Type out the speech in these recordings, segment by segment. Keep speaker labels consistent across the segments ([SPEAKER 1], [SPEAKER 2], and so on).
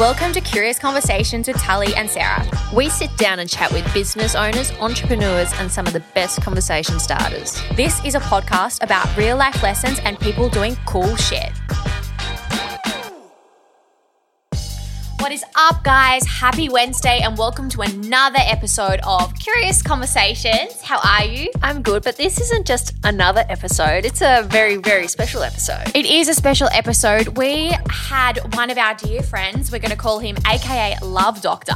[SPEAKER 1] Welcome to Curious Conversations with Tully and Sarah.
[SPEAKER 2] We sit down and chat with business owners, entrepreneurs, and some of the best conversation starters.
[SPEAKER 1] This is a podcast about real life lessons and people doing cool shit. What is up, guys? Happy Wednesday, and welcome to another episode of Curious Conversations. How are you?
[SPEAKER 2] I'm good, but this isn't just another episode, it's a very, very special episode.
[SPEAKER 1] It is a special episode. We had one of our dear friends, we're going to call him AKA Love Doctor,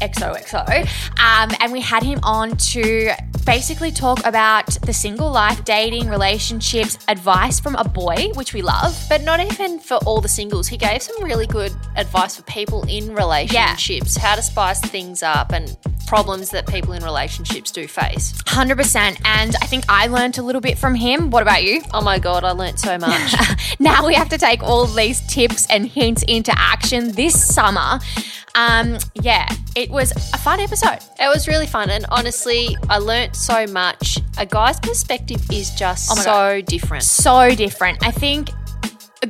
[SPEAKER 1] XOXO, um, and we had him on to basically talk about the single life, dating, relationships, advice from a boy, which we love.
[SPEAKER 2] But not even for all the singles. He gave some really good advice for people in relationships, how to spice things up and problems that people in relationships do face.
[SPEAKER 1] 100%. And I think I learned a little bit from him. What about you?
[SPEAKER 2] Oh my God, I learnt so much.
[SPEAKER 1] now we have to take all these tips and hints into action this summer. Um, yeah, it was a fun episode.
[SPEAKER 2] It was really fun, and honestly, I learnt so much. A guy's perspective is just
[SPEAKER 1] my
[SPEAKER 2] so
[SPEAKER 1] God.
[SPEAKER 2] different.
[SPEAKER 1] So different. I think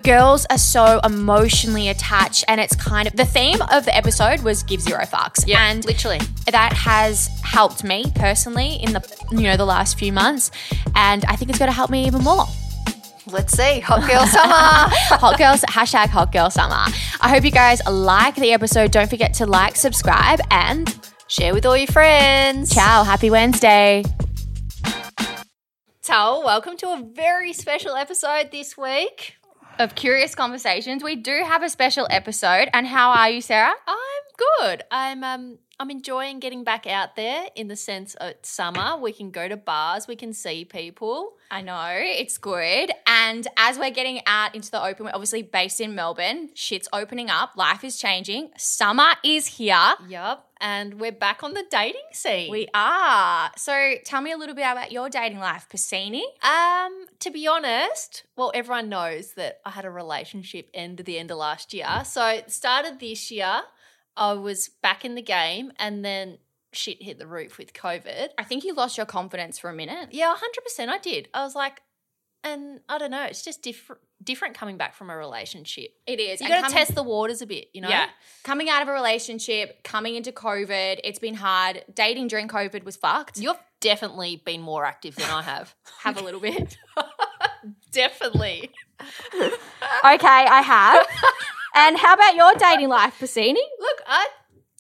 [SPEAKER 1] girls are so emotionally attached, and it's kind of the theme of the episode was give zero fucks. and
[SPEAKER 2] literally.
[SPEAKER 1] that has helped me personally in the you know the last few months, and I think it's going to help me even more.
[SPEAKER 2] Let's see, hot girl summer.
[SPEAKER 1] hot girls hashtag hot girl summer i hope you guys like the episode don't forget to like subscribe and
[SPEAKER 2] Share with all your friends.
[SPEAKER 1] ciao happy wednesday
[SPEAKER 2] So, welcome to a very special episode this week.
[SPEAKER 1] of curious conversations we do have a special episode and how are you sarah
[SPEAKER 2] I'm good. I'm um I'm enjoying getting back out there in the sense of it's summer. We can go to bars, we can see people.
[SPEAKER 1] i know it's good and as we're getting out into the open we're obviously based in melbourne shit's opening up life is changing summer is here
[SPEAKER 2] Yup. And we're back on the dating scene.
[SPEAKER 1] we are so tell me a little bit about your dating life piscini
[SPEAKER 2] um to be honest, well everyone knows that I had a relationship end at the end of last year. So, it started this year, I was back in the game and then shit hit the roof with COVID.
[SPEAKER 1] i think you lost your confidence for a minute
[SPEAKER 2] Yeah, hundred percent. I did. I was like, and I don't know. It's just different. Different coming back from a relationship.
[SPEAKER 1] It is.
[SPEAKER 2] You
[SPEAKER 1] And
[SPEAKER 2] got to
[SPEAKER 1] coming-
[SPEAKER 2] test the waters a bit, you know.
[SPEAKER 1] Yeah. Coming out of a relationship, coming into COVID, it's been hard. Dating during COVID was fucked.
[SPEAKER 2] You've definitely been more active than I have.
[SPEAKER 1] have a little bit.
[SPEAKER 2] definitely.
[SPEAKER 1] okay, I have. And how about your dating life, Piscini?
[SPEAKER 2] Look, I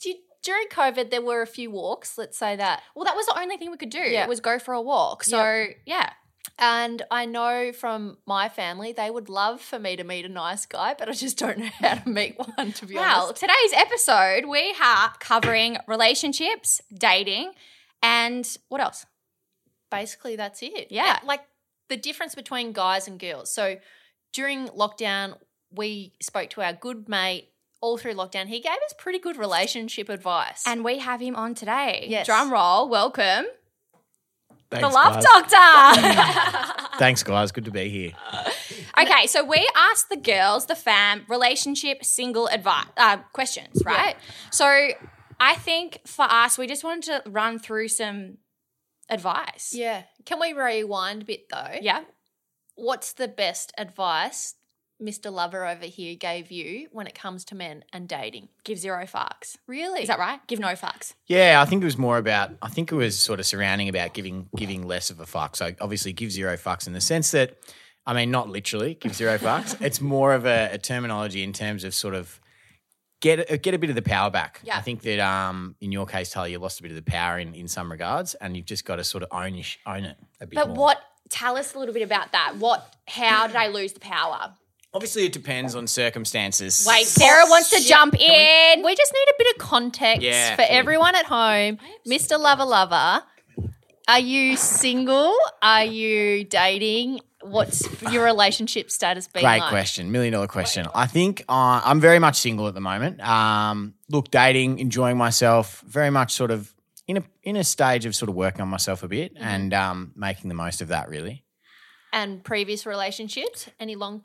[SPEAKER 2] d- during COVID there were a few walks. Let's say that,
[SPEAKER 1] Well, that was the only thing we could do.
[SPEAKER 2] Yeah.
[SPEAKER 1] Was go for a walk. So yeah.
[SPEAKER 2] and I know from my family they would love for me to meet a nice guy, but I just don't know how to meet one. To be
[SPEAKER 1] Well,
[SPEAKER 2] honest,
[SPEAKER 1] today's episode we are covering relationships, dating, and what else?
[SPEAKER 2] basically that's it.
[SPEAKER 1] Yeah.
[SPEAKER 2] And, Like the difference between guys and girls. So during lockdown, we spoke to our good mate all through lockdown. He gave us pretty good relationship advice.
[SPEAKER 1] And we have him on today.
[SPEAKER 2] Yes.
[SPEAKER 1] Drum roll. Welcome,
[SPEAKER 3] Thanks,
[SPEAKER 1] the Love
[SPEAKER 3] guys.
[SPEAKER 1] Doctor.
[SPEAKER 3] Thanks, guys. Good to be here.
[SPEAKER 1] Okay, so we asked the girls, the fam, relationship, single advice uh, questions, right? So I think for us, we just wanted to run through some advice.
[SPEAKER 2] yeah. Can we rewind a bit though?
[SPEAKER 1] Yeah.
[SPEAKER 2] What's the best advice Mr. Lover over here gave you when it comes to men and dating?
[SPEAKER 1] Give zero fucks.
[SPEAKER 2] Really?
[SPEAKER 1] Is that right? Give no fucks.
[SPEAKER 3] Yeah, I think it was more about. I think it was sort of surrounding about giving giving less of a fuck. So obviously, give zero fucks in the sense that, I mean, not literally give zero fucks. it's more of a, a terminology in terms of sort of get a- get a bit of the power back.
[SPEAKER 1] Yeah.
[SPEAKER 3] I think that um in your case, Taylor, you lost a bit of the power in in some regards, and you've just got to sort of own your sh- own it a bit.
[SPEAKER 1] But
[SPEAKER 3] more.
[SPEAKER 1] what? Tell us a little bit about that. What? How did I lose the power?
[SPEAKER 3] Obviously, it depends on circumstances.
[SPEAKER 1] Wait, Sarah wants to jump in.
[SPEAKER 2] We just need a bit of context
[SPEAKER 3] Yeah.
[SPEAKER 2] for everyone at home. Mr. Lover Lover, are you single? Are you dating? what's your relationship status being
[SPEAKER 3] Great
[SPEAKER 2] like?
[SPEAKER 3] question, million dollar question. I think uh, I'm very much single at the moment. Um, look, dating, enjoying myself, very much sort of in a in a stage of sort of working on myself a bit and um, making the most of that. Really,
[SPEAKER 2] And previous relationships, any long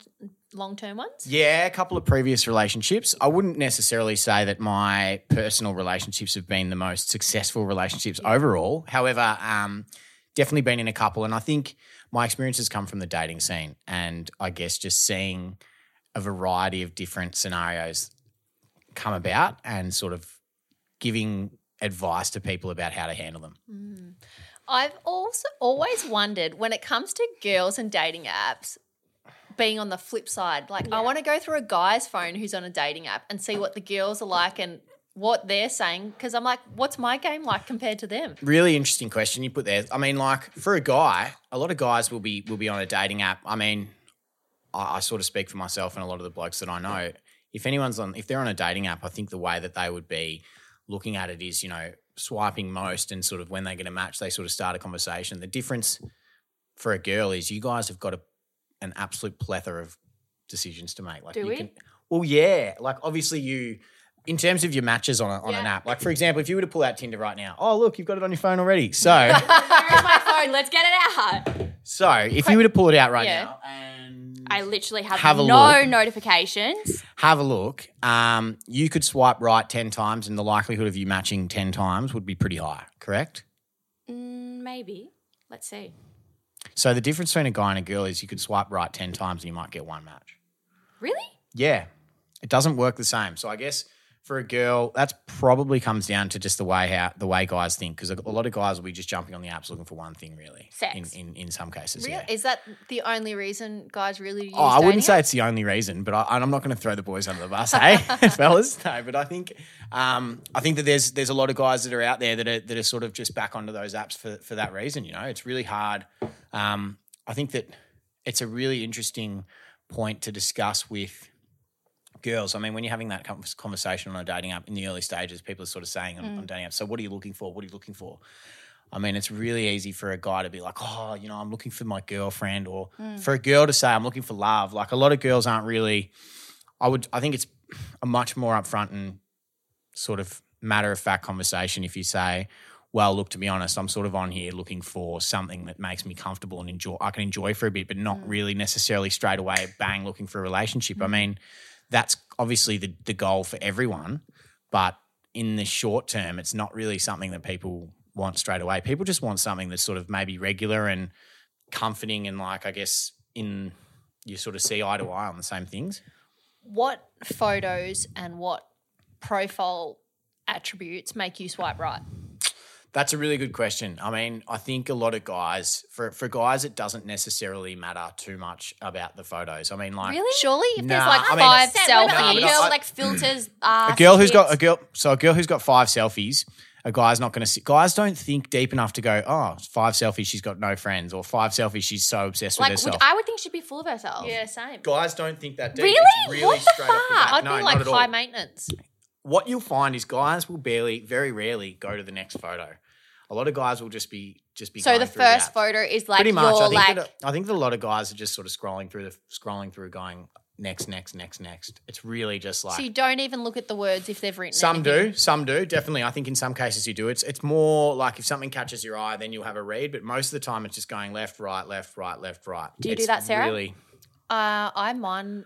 [SPEAKER 2] long term ones?
[SPEAKER 3] yeah. A couple of previous relationships. I wouldn't necessarily say that my personal relationships have been the most successful relationships overall. However, um, definitely been in a couple, and I think my experiences come from the dating scene, and I guess just seeing a variety of different scenarios come about and sort of giving advice to people about how to handle them.
[SPEAKER 2] I've also always wondered when it comes to girls and dating apps, being on the flip side, like I want to go through a guy's phone who's on a dating app and see what the girls are like and what they're saying because I'm like, what's my game like compared to them?
[SPEAKER 3] Really interesting question you put there. I mean, like for a guy, a lot of guys will be will be on a dating app. I mean, I, I sort of speak for myself and a lot of the blokes that I know. If anyone's on, if they're on a dating app, I think the way that they would be looking at it is, you know, swiping most and sort of when they get a match, they sort of start a conversation. The difference for a girl is you guys have got a, an absolute plethora of decisions to make. Like,
[SPEAKER 2] Do
[SPEAKER 3] you
[SPEAKER 2] we?
[SPEAKER 3] Can, well, yeah. Like, obviously, you in terms of your matches on, a, on an
[SPEAKER 2] Yeah.
[SPEAKER 3] app. Like, for example, if you were to pull out Tinder right now, oh look, you've got it on your phone already. So,
[SPEAKER 1] Where's my phone? Let's get it out.
[SPEAKER 3] so if you were to pull it out right
[SPEAKER 2] Yeah.
[SPEAKER 3] now and
[SPEAKER 1] I literally have,
[SPEAKER 3] Have a
[SPEAKER 1] no
[SPEAKER 3] look.
[SPEAKER 1] notifications.
[SPEAKER 3] have a look, um, you could swipe right ten times, and the likelihood of you matching ten times would be pretty high. Correct.
[SPEAKER 1] Mm, maybe. Let's see.
[SPEAKER 3] So the difference between a guy and a girl is you could swipe right ten times and you might get one match.
[SPEAKER 1] Really?
[SPEAKER 3] Yeah, it doesn't work the same. So I guess for a girl, that's probably comes down to just the way how the way guys think, because a a lot of guys will be just jumping on the apps looking for one thing, really.
[SPEAKER 1] Sex.
[SPEAKER 3] in in, in some cases.
[SPEAKER 2] Really?
[SPEAKER 3] Yeah.
[SPEAKER 2] Is that the only reason guys really use
[SPEAKER 3] Oh, I wouldn't say
[SPEAKER 2] dating apps?
[SPEAKER 3] it's the only reason, but I, and I'm not going to throw the boys under the bus, hey, fellas. No, but I think um, I think that there's there's a lot of guys that are out there that are that are sort of just back onto those apps for for that reason. You know, it's really hard. Um, I think that it's a really interesting point to discuss with girls. I mean, when you're having that con- conversation on a dating app in the early stages, people are sort of saying on, on dating apps, "So, what are you looking for? What are you looking for?" I mean, it's really easy for a guy to be like, oh, you know, I'm looking for my girlfriend, or for a girl to say, I'm looking for love. Like a lot of girls aren't really, I would, I think it's a much more upfront and sort of matter of fact conversation if you say, well, look, to be honest, I'm sort of on here looking for something that makes me comfortable and enjoy, I can enjoy for a bit, but not really necessarily straight away, bang, looking for a relationship. I mean, that's obviously the, the goal for everyone, but in the short term, it's not really something that people want straight away. People just want something that's sort of maybe regular and comforting and like I guess in you sort of see eye to eye on the same things.
[SPEAKER 2] what photos and what profile attributes make you swipe right?
[SPEAKER 3] That's a really good question. I mean, I think a lot of guys for for guys it doesn't necessarily matter too much about the photos. I mean like
[SPEAKER 2] Surely, if there's
[SPEAKER 3] Nah,
[SPEAKER 2] like
[SPEAKER 3] I mean-
[SPEAKER 2] five
[SPEAKER 1] Set when
[SPEAKER 2] selfies,
[SPEAKER 1] a
[SPEAKER 3] No, but
[SPEAKER 1] girl
[SPEAKER 3] I-
[SPEAKER 1] like filters.
[SPEAKER 3] a girl who's got a girl so a girl who's got five selfies a guy's not going to see guys don't think deep enough to go oh five selfies she's got no friends or five selfies she's so obsessed
[SPEAKER 1] like
[SPEAKER 3] with
[SPEAKER 1] would,
[SPEAKER 3] herself
[SPEAKER 1] I would think she'd be full of herself.
[SPEAKER 2] yeah, same.
[SPEAKER 3] guys don't think that deep
[SPEAKER 1] Really?
[SPEAKER 3] It's really
[SPEAKER 1] What the
[SPEAKER 3] straight off the
[SPEAKER 1] fuck?
[SPEAKER 3] bat.
[SPEAKER 2] I'd
[SPEAKER 3] Uh, no,
[SPEAKER 2] be like
[SPEAKER 3] not at all.
[SPEAKER 2] high maintenance.
[SPEAKER 3] what you'll find is guys will barely very rarely go to the next photo a lot of guys will just be just be
[SPEAKER 1] So
[SPEAKER 3] going
[SPEAKER 1] the
[SPEAKER 3] through the
[SPEAKER 1] first
[SPEAKER 3] app.
[SPEAKER 1] photo is like
[SPEAKER 3] pretty
[SPEAKER 1] your
[SPEAKER 3] much I think,
[SPEAKER 1] like
[SPEAKER 3] that, I think that a lot of guys are just sort of scrolling through the scrolling through going next next next next it's really just like
[SPEAKER 2] So you don't even look at the words if they've written.
[SPEAKER 3] Some
[SPEAKER 2] anything.
[SPEAKER 3] do, some do. Definitely, I think in some cases you do. It's it's more like if something catches your eye, then you'll have a read. But most of the time, it's just going left, right, left, right, left, right.
[SPEAKER 1] Do you do
[SPEAKER 3] It's
[SPEAKER 1] that, Sarah?
[SPEAKER 3] Really,
[SPEAKER 2] Uh, I mind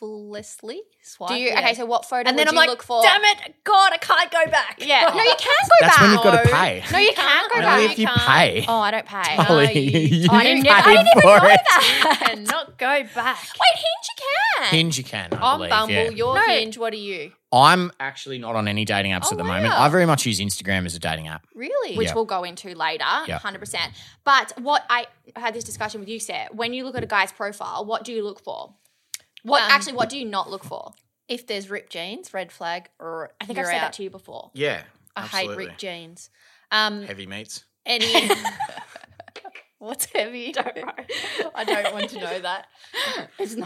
[SPEAKER 2] mindfully swipe.
[SPEAKER 1] do you
[SPEAKER 2] yeah.
[SPEAKER 1] okay? So what photo
[SPEAKER 2] and
[SPEAKER 1] would
[SPEAKER 2] then I'm
[SPEAKER 1] you
[SPEAKER 2] like,
[SPEAKER 1] look for?
[SPEAKER 2] damn it, God, I can't go back.
[SPEAKER 1] Yeah, no, you can go
[SPEAKER 3] that's
[SPEAKER 1] back.
[SPEAKER 3] when you've got to pay.
[SPEAKER 1] No, you can go
[SPEAKER 3] Only
[SPEAKER 1] back.
[SPEAKER 3] if you pay.
[SPEAKER 1] oh, I don't pay.
[SPEAKER 2] Oh,
[SPEAKER 3] Ollie,
[SPEAKER 2] you-
[SPEAKER 3] you
[SPEAKER 1] I didn't- I
[SPEAKER 3] paid
[SPEAKER 1] didn't even
[SPEAKER 3] for
[SPEAKER 1] know
[SPEAKER 3] it.
[SPEAKER 1] that.
[SPEAKER 2] and not go back.
[SPEAKER 1] Wait, Hinge you can.
[SPEAKER 3] Hinge you can. I
[SPEAKER 2] I'm
[SPEAKER 3] believe,
[SPEAKER 2] Bumble.
[SPEAKER 3] yeah.
[SPEAKER 2] You're
[SPEAKER 1] No.
[SPEAKER 2] Hinge. What are you?
[SPEAKER 3] I'm actually not on any dating
[SPEAKER 2] Oh,
[SPEAKER 3] apps at the moment. I very much use Instagram as a dating app.
[SPEAKER 2] Really?
[SPEAKER 1] which
[SPEAKER 3] Yeah.
[SPEAKER 1] we'll go into later,
[SPEAKER 3] Yeah.
[SPEAKER 1] hundred percent. But what I had this discussion with you, Sarah. When you look at a guy's profile, what do you look for? What
[SPEAKER 2] Um,
[SPEAKER 1] actually? What do you not look for?
[SPEAKER 2] If there's ripped jeans, red flag. Or
[SPEAKER 1] I think
[SPEAKER 2] you're
[SPEAKER 1] I've said
[SPEAKER 2] out.
[SPEAKER 1] that to you before.
[SPEAKER 3] Yeah,
[SPEAKER 2] I hate
[SPEAKER 3] absolutely.
[SPEAKER 2] ripped jeans. Um,
[SPEAKER 3] Heavy meats.
[SPEAKER 2] any what's heavy don't know. i don't want to know that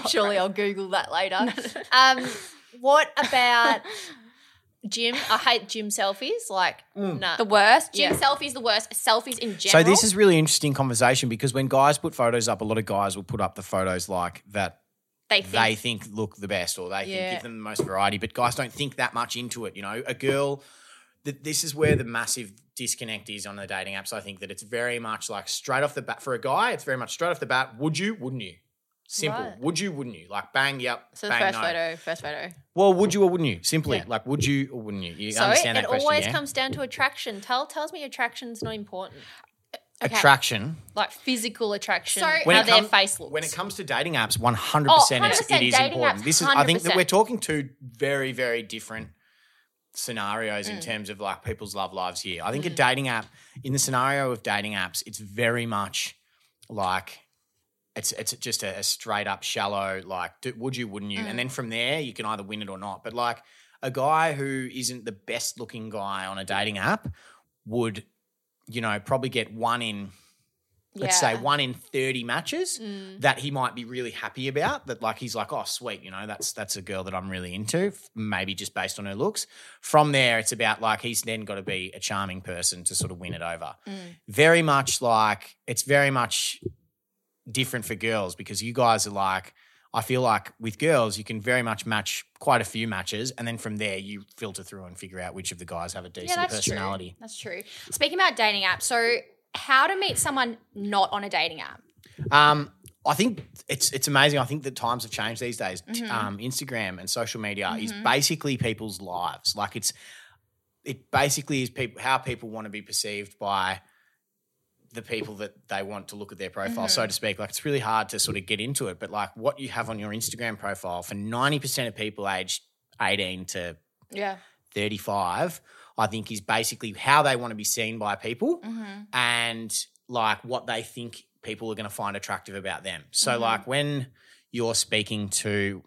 [SPEAKER 2] surely i'll google that later um what about Gym, I hate gym selfies. Like, nah.
[SPEAKER 1] The worst. Gym
[SPEAKER 2] Yeah.
[SPEAKER 1] selfies, the worst. Selfies in
[SPEAKER 3] Mm. So
[SPEAKER 1] general.
[SPEAKER 3] this is really interesting conversation because when guys put photos up, a lot of guys will put up the photos like that
[SPEAKER 1] they think
[SPEAKER 3] they think look the best or they
[SPEAKER 2] Yeah.
[SPEAKER 3] think give them the most variety, but guys don't think that much into it. You know, a girl, th- this is where the massive disconnect is on the dating apps. I think that it's very much like straight off the bat for a guy, it's very much straight off the bat, would you, wouldn't you? Simple.
[SPEAKER 2] Right.
[SPEAKER 3] Would you, wouldn't you? Like bang, yep.
[SPEAKER 2] So the
[SPEAKER 3] bang,
[SPEAKER 2] first
[SPEAKER 3] no.
[SPEAKER 2] photo, first photo.
[SPEAKER 3] Well, would you or wouldn't you? Simply. Like would you or wouldn't you? You
[SPEAKER 2] So it,
[SPEAKER 3] understand that question.
[SPEAKER 2] always
[SPEAKER 3] yeah?
[SPEAKER 2] comes down to attraction. Tell tells me attraction's not important.
[SPEAKER 3] attraction.
[SPEAKER 2] Like physical attraction.
[SPEAKER 1] So-
[SPEAKER 2] So
[SPEAKER 1] When
[SPEAKER 2] how
[SPEAKER 3] it
[SPEAKER 2] their
[SPEAKER 3] come-
[SPEAKER 2] face looks.
[SPEAKER 3] When it comes to dating apps, one hundred
[SPEAKER 1] Oh,
[SPEAKER 3] percent, it
[SPEAKER 1] 100%
[SPEAKER 3] is
[SPEAKER 1] dating
[SPEAKER 3] important.
[SPEAKER 1] apps,
[SPEAKER 3] This is, I think that
[SPEAKER 1] 100%.
[SPEAKER 3] we're talking two very, very different scenarios in terms of like people's love lives here. I think a dating app, in the scenario of dating apps, it's very much like. It's, it's just a, a straight up shallow like do, would you wouldn't you and then from there you can either win it or not but like a guy who isn't the best looking guy on a dating app would you know probably get one in let's say
[SPEAKER 1] Yeah. Mm.
[SPEAKER 3] one in 30 matches that he might be really happy about that like he's like oh sweet you know that's that's a girl that i'm really into f- maybe just based on her looks from there it's about like he's then got to be a charming person to sort of win it over
[SPEAKER 1] Mm.
[SPEAKER 3] very much like it's very much different for girls because you guys are like I feel like with girls, you can very much match quite a few matches, and then from there you filter through and figure out which of the guys have a decent personality.
[SPEAKER 1] True. That's true. Speaking about dating apps, so how to meet someone not on a dating app.
[SPEAKER 3] Um, I think it's it's amazing. I think that times have changed these days. T- Um, Instagram and social media is basically people's lives. Like it's it basically is people how people want to be perceived by the people that they want to look at their profile, so to speak. Like it's really hard to sort of get into it, but like what you have on your Instagram profile for ninety percent of people aged eighteen to
[SPEAKER 2] yeah.
[SPEAKER 3] 35 i think is basically how they want to be seen by people and like what they think people are going to find attractive about them so like when you're speaking to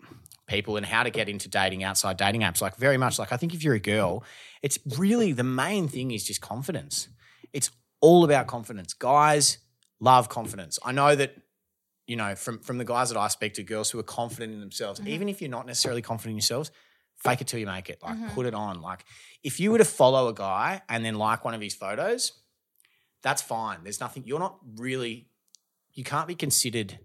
[SPEAKER 3] people and how to get into dating outside dating apps like very much like i think if you're a girl it's really the main thing is just confidence it's all about confidence guys love confidence i know that you know from from the guys that i speak to girls who are confident in themselves even if you're not necessarily confident in yourselves fake it till you make it. Like, put it on. Like, if you were to follow a guy and then like one of his photos, that's fine. There's nothing, you're not really, you can't be considered,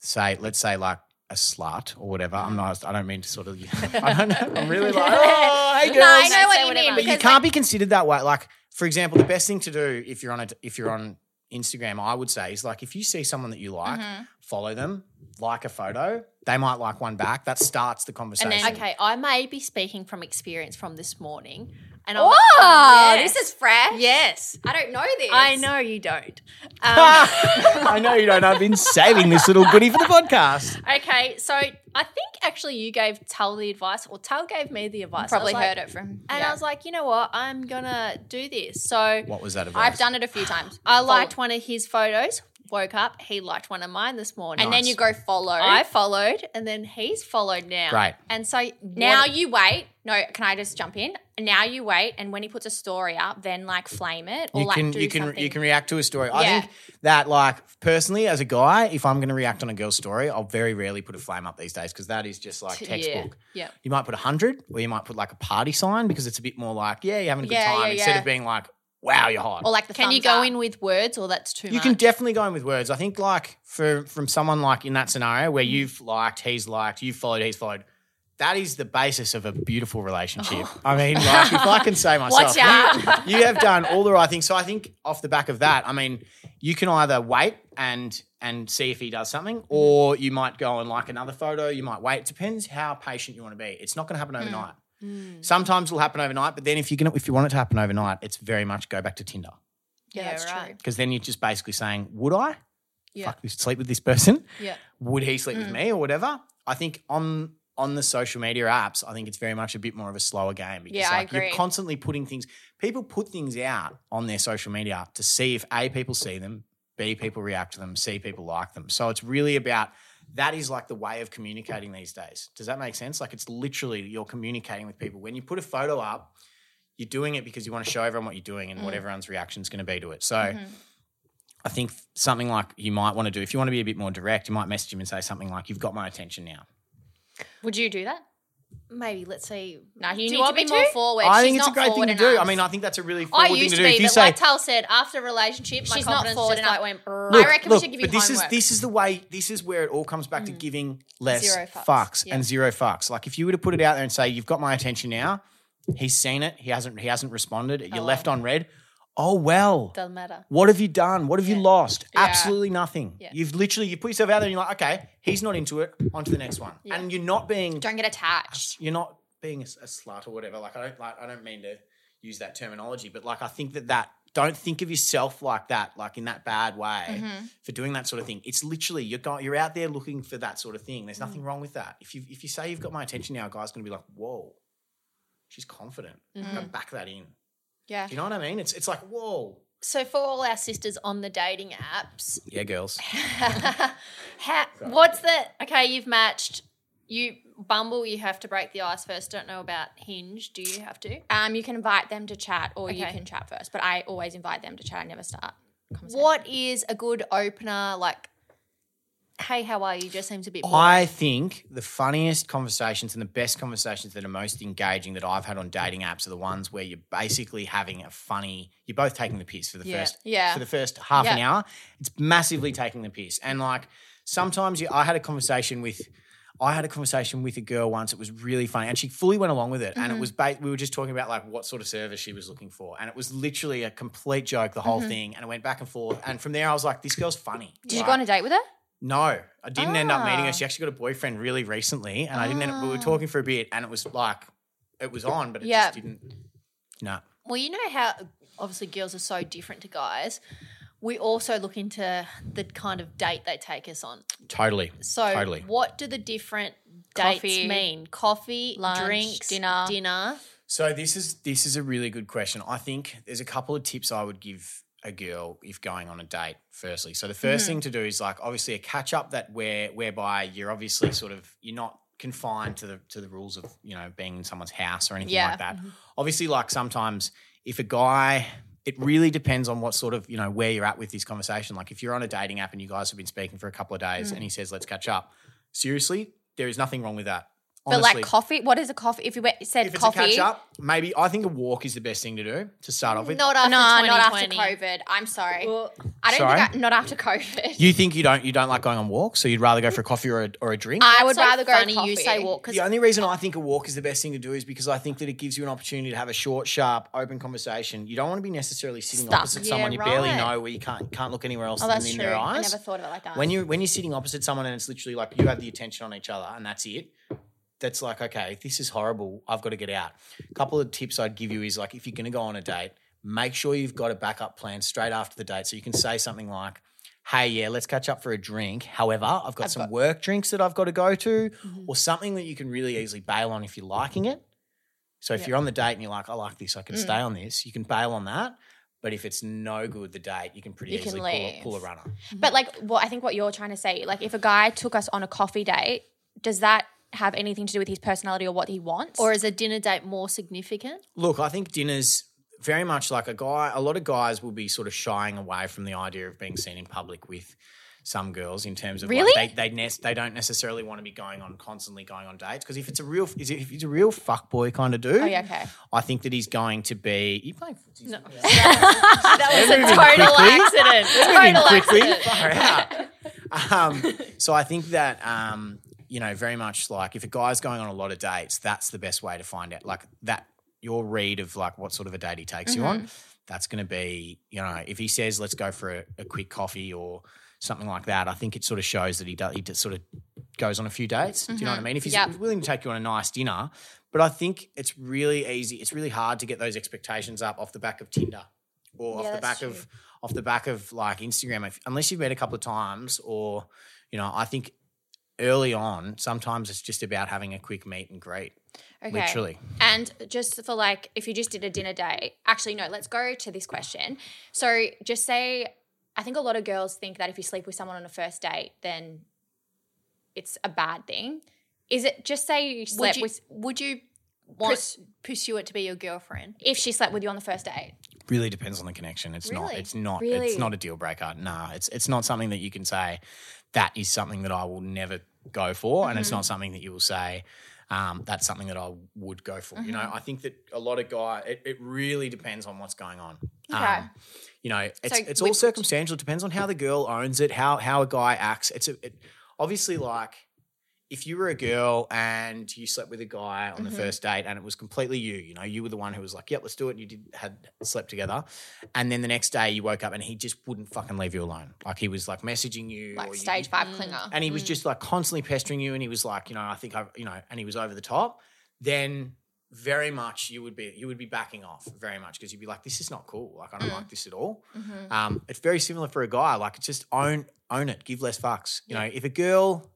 [SPEAKER 3] say, let's say, like, a slut or whatever. I'm not. I don't mean to sort of. I don't know. I'm really like. Oh, hey girls.
[SPEAKER 1] No, I
[SPEAKER 2] say
[SPEAKER 1] know what you
[SPEAKER 2] whatever.
[SPEAKER 1] mean.
[SPEAKER 3] But you
[SPEAKER 1] Because
[SPEAKER 3] can't be considered that way. Like, for example, the best thing to do if you're on a, if you're on Instagram, I would say is like if you see someone that you like,
[SPEAKER 1] Mm-hmm.
[SPEAKER 3] follow them, like a photo. They might like one back. That starts the conversation.
[SPEAKER 2] Okay, I may be speaking from experience from this morning. And I
[SPEAKER 1] Oh,
[SPEAKER 2] Yes.
[SPEAKER 1] this is fresh.
[SPEAKER 2] Yes.
[SPEAKER 1] I don't know this.
[SPEAKER 2] I know you don't.
[SPEAKER 3] I know you don't. I've been saving this little goodie for the podcast.
[SPEAKER 2] Okay, so I think actually you gave Tal the advice, or Tal gave me the advice.
[SPEAKER 1] Probably
[SPEAKER 2] I was like-
[SPEAKER 1] heard it from.
[SPEAKER 2] And I was like, you know what? I'm gonna do this. So
[SPEAKER 3] What was that advice?
[SPEAKER 1] I've done it a few times.
[SPEAKER 2] I liked one of his photos. Woke up, he liked one of mine this morning.
[SPEAKER 1] and then you go follow.
[SPEAKER 2] I followed, and then he's followed now.
[SPEAKER 3] Great.
[SPEAKER 2] And so
[SPEAKER 1] now
[SPEAKER 2] now,
[SPEAKER 1] you wait. No, can I just jump in? Now you wait, and when he puts a story up, then like flame it or
[SPEAKER 3] You
[SPEAKER 1] like
[SPEAKER 3] can
[SPEAKER 1] do
[SPEAKER 3] you can
[SPEAKER 1] something.
[SPEAKER 3] you can react to a story.
[SPEAKER 1] Yeah.
[SPEAKER 3] I think that like personally as a guy, if I'm going to react on a girl's story, I'll very rarely put a flame up these days because that is just like textbook.
[SPEAKER 2] yeah.
[SPEAKER 3] You might put a hundred, or you might put like a party sign because it's a bit more like yeah, you're having a good
[SPEAKER 1] Yeah,
[SPEAKER 3] time
[SPEAKER 1] yeah,
[SPEAKER 3] instead
[SPEAKER 1] yeah.
[SPEAKER 3] of being like wow, you're hot.
[SPEAKER 1] or like the
[SPEAKER 2] can you
[SPEAKER 1] thumbs
[SPEAKER 2] go
[SPEAKER 1] up.
[SPEAKER 2] in with words, or that's too
[SPEAKER 3] You
[SPEAKER 2] much?
[SPEAKER 3] can definitely go in with words. I think like for from someone like in that scenario where you've liked, he's liked, you've followed, he's followed. That is the basis of a beautiful relationship. I mean, like if I can say myself,
[SPEAKER 1] Watch out.
[SPEAKER 3] you have done all the right things. So I think off the back of that, I mean, you can either wait and and see if he does something, or you might go and like another photo. You might wait. It depends how patient you want to be. It's not going to happen overnight. Sometimes it'll happen overnight, but then if you're gonna if you want it to happen overnight, it's very much go back to Tinder
[SPEAKER 2] yeah, that's true.
[SPEAKER 3] because then you're just basically saying, would I fuck this, sleep with this person?
[SPEAKER 2] Yeah.
[SPEAKER 3] Would he sleep
[SPEAKER 1] Mm.
[SPEAKER 3] with me or whatever? I think on on the social media apps, I think it's very much a bit more of a slower game because
[SPEAKER 1] Yeah, I
[SPEAKER 3] like you're
[SPEAKER 1] agree.
[SPEAKER 3] constantly putting things. People put things out on their social media to see if a people see them, b people react to them, c people like them. So it's really about that is like the way of communicating these days. Does that make sense? Like it's literally you're communicating with people. When you put a photo up, you're doing it because you want to show everyone what you're doing
[SPEAKER 1] Mm.
[SPEAKER 3] and what everyone's reaction is going to be to it. So
[SPEAKER 1] Mm-hmm.
[SPEAKER 3] I think something like you might want to do, if you want to be a bit more direct, you might message him and say something like, You've got my attention now.
[SPEAKER 1] Would you do that?
[SPEAKER 2] maybe let's say
[SPEAKER 1] No, you
[SPEAKER 2] Do
[SPEAKER 1] need
[SPEAKER 2] want
[SPEAKER 1] to be
[SPEAKER 2] me
[SPEAKER 1] more forward. She's
[SPEAKER 3] I think it's a
[SPEAKER 1] not
[SPEAKER 3] great thing
[SPEAKER 1] forward
[SPEAKER 3] to do.
[SPEAKER 1] enough.
[SPEAKER 3] I mean, I think that's a really forward
[SPEAKER 2] I
[SPEAKER 3] thing
[SPEAKER 2] used to
[SPEAKER 3] to do.
[SPEAKER 2] be,
[SPEAKER 3] if you
[SPEAKER 2] but
[SPEAKER 3] say,
[SPEAKER 2] like Tal said, after a relationship,
[SPEAKER 1] She's
[SPEAKER 2] my
[SPEAKER 1] not
[SPEAKER 2] confidence
[SPEAKER 1] forward
[SPEAKER 2] just
[SPEAKER 1] enough.
[SPEAKER 2] like went. brrr.
[SPEAKER 1] Look, I reckon we should give you
[SPEAKER 3] but this is
[SPEAKER 1] homework. Mm.
[SPEAKER 3] this is the way. This is where it all comes back to giving less
[SPEAKER 2] Zero
[SPEAKER 3] fucks,
[SPEAKER 2] fucks,
[SPEAKER 3] and zero fucks. Like if you were to put it out there and say, "You've got my attention now," he's seen it. He hasn't. He hasn't responded. You're left on red. Oh well.
[SPEAKER 2] Doesn't matter.
[SPEAKER 3] What have you done? What have you lost? Absolutely nothing.
[SPEAKER 2] Yeah.
[SPEAKER 3] You've literally you put yourself out there and you're like, okay, he's not into it. On to the next one. And you're not being
[SPEAKER 1] Don't get attached.
[SPEAKER 3] you're not being a, s- a slut or whatever. Like I don't like I don't mean to use that terminology, but like I think that that don't think of yourself like that, like in that bad way
[SPEAKER 1] Mm-hmm.
[SPEAKER 3] for doing that sort of thing. It's literally you're going, you're out there looking for that sort of thing. There's
[SPEAKER 1] Mm.
[SPEAKER 3] nothing wrong with that. If you if you say you've got my attention now, a guy's going to be like, whoa, she's confident. Go back that in.
[SPEAKER 1] Mm-hmm. Yeah.
[SPEAKER 3] Do you know what I mean? It's it's like whoa.
[SPEAKER 2] So for all our sisters on the dating apps,
[SPEAKER 3] Yeah, girls.
[SPEAKER 2] ha, what's the okay? You've matched. You Bumble, you have to break the ice first. Don't know about Hinge. Do you have to?
[SPEAKER 1] Um, you can invite them to chat, or you
[SPEAKER 2] Okay.
[SPEAKER 1] can chat first. But I always invite them to chat. I never start. conversation.
[SPEAKER 2] What is a good opener? Like, hey, how are you? Just seems a bit. boring.
[SPEAKER 3] I think the funniest conversations and the best conversations that are most engaging that I've had on dating apps are the ones where you're basically having a funny. You're both taking the piss for the
[SPEAKER 2] Yeah.
[SPEAKER 3] first
[SPEAKER 1] Yeah.
[SPEAKER 3] for the first half an
[SPEAKER 2] Yeah.
[SPEAKER 3] hour. It's massively taking the piss, and like sometimes you, I had a conversation with. I had a conversation with a girl once. It was really funny, and she fully went along with it.
[SPEAKER 1] Mm-hmm.
[SPEAKER 3] And it was ba- we were just talking about like what sort of service she was looking for, and it was literally a complete joke the whole thing. And it went back and forth. And from there, I was like, "This girl's funny."
[SPEAKER 1] Mm-hmm. Did you go on a date with her?
[SPEAKER 3] No, I didn't end up meeting her. She actually got a boyfriend really recently, and I didn't end up. We were talking for a bit, and it was like it was on, but it
[SPEAKER 2] Yeah.
[SPEAKER 3] just didn't. No,
[SPEAKER 2] Well, you know how obviously girls are so different to guys. We also look into the kind of date they take us on.
[SPEAKER 3] totally.
[SPEAKER 2] So,
[SPEAKER 3] totally.
[SPEAKER 2] what do the different
[SPEAKER 1] Coffee,
[SPEAKER 2] dates mean? Coffee,
[SPEAKER 1] lunch,
[SPEAKER 2] drinks,
[SPEAKER 1] dinner.
[SPEAKER 2] dinner.
[SPEAKER 3] So this is this is a really good question. I think there's a couple of tips I would give a girl if going on a date. Firstly, so the 1st
[SPEAKER 1] Hmm.
[SPEAKER 3] thing to do is like obviously a catch up that where whereby you're obviously sort of you're not confined to the to the rules of you know being in someone's house or anything
[SPEAKER 1] Yeah. Mm-hmm.
[SPEAKER 3] like that. Obviously, like sometimes if a guy. It really depends on what sort of, you know, where you're at with this conversation. Like if you're on a dating app and you guys have been speaking for a couple of
[SPEAKER 1] Hmm.
[SPEAKER 3] days and he says, let's catch up. Seriously, there is nothing wrong with that.
[SPEAKER 1] But like
[SPEAKER 3] Honestly
[SPEAKER 1] coffee. What is a coffee? If you went- said
[SPEAKER 3] if it's
[SPEAKER 1] coffee,
[SPEAKER 3] a catch up, maybe I think a walk is the best thing to do to start off with.
[SPEAKER 2] Not after
[SPEAKER 1] no, not after
[SPEAKER 2] 2020.
[SPEAKER 1] COVID. I'm sorry. I don't
[SPEAKER 3] Sorry?
[SPEAKER 1] think I, not after COVID.
[SPEAKER 3] you think you don't you don't like going on walks, so you'd rather go for a coffee or a, or a drink.
[SPEAKER 1] I would
[SPEAKER 2] so
[SPEAKER 1] rather go
[SPEAKER 2] funny
[SPEAKER 1] coffee.
[SPEAKER 2] you say walk because
[SPEAKER 3] the only reason I think a walk is the best thing to do is because I think that it gives you an opportunity to have a short, sharp, open conversation. You don't want to be necessarily sitting
[SPEAKER 1] Stuck.
[SPEAKER 3] opposite someone you
[SPEAKER 2] Yeah,
[SPEAKER 3] barely
[SPEAKER 2] right.
[SPEAKER 3] know, where you can't can't look anywhere else
[SPEAKER 1] Oh,
[SPEAKER 3] than
[SPEAKER 1] that's
[SPEAKER 3] in
[SPEAKER 1] true.
[SPEAKER 3] their
[SPEAKER 1] I
[SPEAKER 3] eyes.
[SPEAKER 1] never thought of it like that.
[SPEAKER 3] when you when you're sitting opposite someone and it's literally like you have the attention on each other and that's it that's like okay this is horrible i've got to get out a couple of tips i'd give you is like if you're going to go on a date make sure you've got a backup plan straight after the date so you can say something like hey yeah let's catch up for a drink however i've got some work drinks that i've got to go to
[SPEAKER 1] Mm-hmm.
[SPEAKER 3] or something that you can really easily bail on if you're liking it so if you're on the date and you're like i like this i
[SPEAKER 1] Mm.
[SPEAKER 3] can stay on this you can bail on that but if it's no good the date you can pretty
[SPEAKER 1] You can
[SPEAKER 3] easily
[SPEAKER 1] leave.
[SPEAKER 3] pull, a, pull a runner
[SPEAKER 1] But like, what I think what you're trying to say, like, if a guy took us on a coffee date, does that have anything to do with his personality or what he wants?
[SPEAKER 2] or is a dinner date more significant?
[SPEAKER 3] Look, I think dinner's very much like a guy. A lot of guys will be sort of shying away from the idea of being seen in public with some girls in terms of like,
[SPEAKER 1] Really?
[SPEAKER 3] they they, nes- they don't necessarily want to be going on constantly going on dates because if it's a real is it- if he's a real fuck boy kind of dude,
[SPEAKER 1] Oh, yeah, okay.
[SPEAKER 3] I think that he's going to be. You playing footy?
[SPEAKER 2] Total accident. Total
[SPEAKER 3] quickly.
[SPEAKER 2] accident.
[SPEAKER 3] Far out. Um, so I think that um, you know very much like if a guy's going on a lot of dates, that's the best way to find out. Like that, your read of like what sort of a date he takes you on. That's going to be you know if he says let's go for a, a quick coffee or something like that. I think it sort of shows that he does he just sort of goes on a few dates. Do you know what I mean? If he's willing to take you on a nice dinner. But I think it's really easy. It's really hard to get those expectations up off the back of Tinder or off the back of off the back of like Instagram, if, unless you've met a couple of times, or you know, I think early on, sometimes it's just about having a quick meet and greet.
[SPEAKER 1] Okay.
[SPEAKER 3] Literally.
[SPEAKER 1] And just for like, if you just did a dinner date, actually, no, let's go to this question. So just say, I think a lot of girls think that if you sleep with someone on a first date, then it's a bad thing. Is it just say you
[SPEAKER 2] Would
[SPEAKER 1] slept
[SPEAKER 2] you,
[SPEAKER 1] with,
[SPEAKER 2] would you want pursue it to be your girlfriend?
[SPEAKER 1] if she slept with you on the first date?
[SPEAKER 3] Really depends on the connection. It's not.
[SPEAKER 2] Really?
[SPEAKER 3] It's not.
[SPEAKER 1] Really?
[SPEAKER 3] It's not a deal breaker. Nah. It's it's not something that you
[SPEAKER 1] Mm-hmm.
[SPEAKER 3] can say that is something that I will never go for, and it's not something that you will say. um, that's something that I would go for. You
[SPEAKER 1] Mm-hmm.
[SPEAKER 3] know, I think that a lot of guy, it, it really depends on what's going on. Um,
[SPEAKER 1] Okay.
[SPEAKER 3] you know, it's,
[SPEAKER 1] So
[SPEAKER 3] it's
[SPEAKER 1] we-
[SPEAKER 3] all circumstantial. It depends on how the girl owns it, how how a guy acts. It's a, it, obviously like if you were a girl and you slept with a guy on the first date and it was completely you, you know, you were the one who was like, "Yep, let's do it." And you did had slept together, and then the next day you woke up and he just wouldn't fucking leave you alone. Like he was like messaging you,
[SPEAKER 1] like
[SPEAKER 3] or you-
[SPEAKER 1] stage
[SPEAKER 2] Mm.
[SPEAKER 1] five clinger.
[SPEAKER 3] and he was just like constantly pestering you and he was like you know i think i you know and he was over the top then very much you would be you would be backing off very much because you'd be like this is not cool like i don't like this at all um, it's very similar for a guy like it's just own own it give less fucks you know if a girl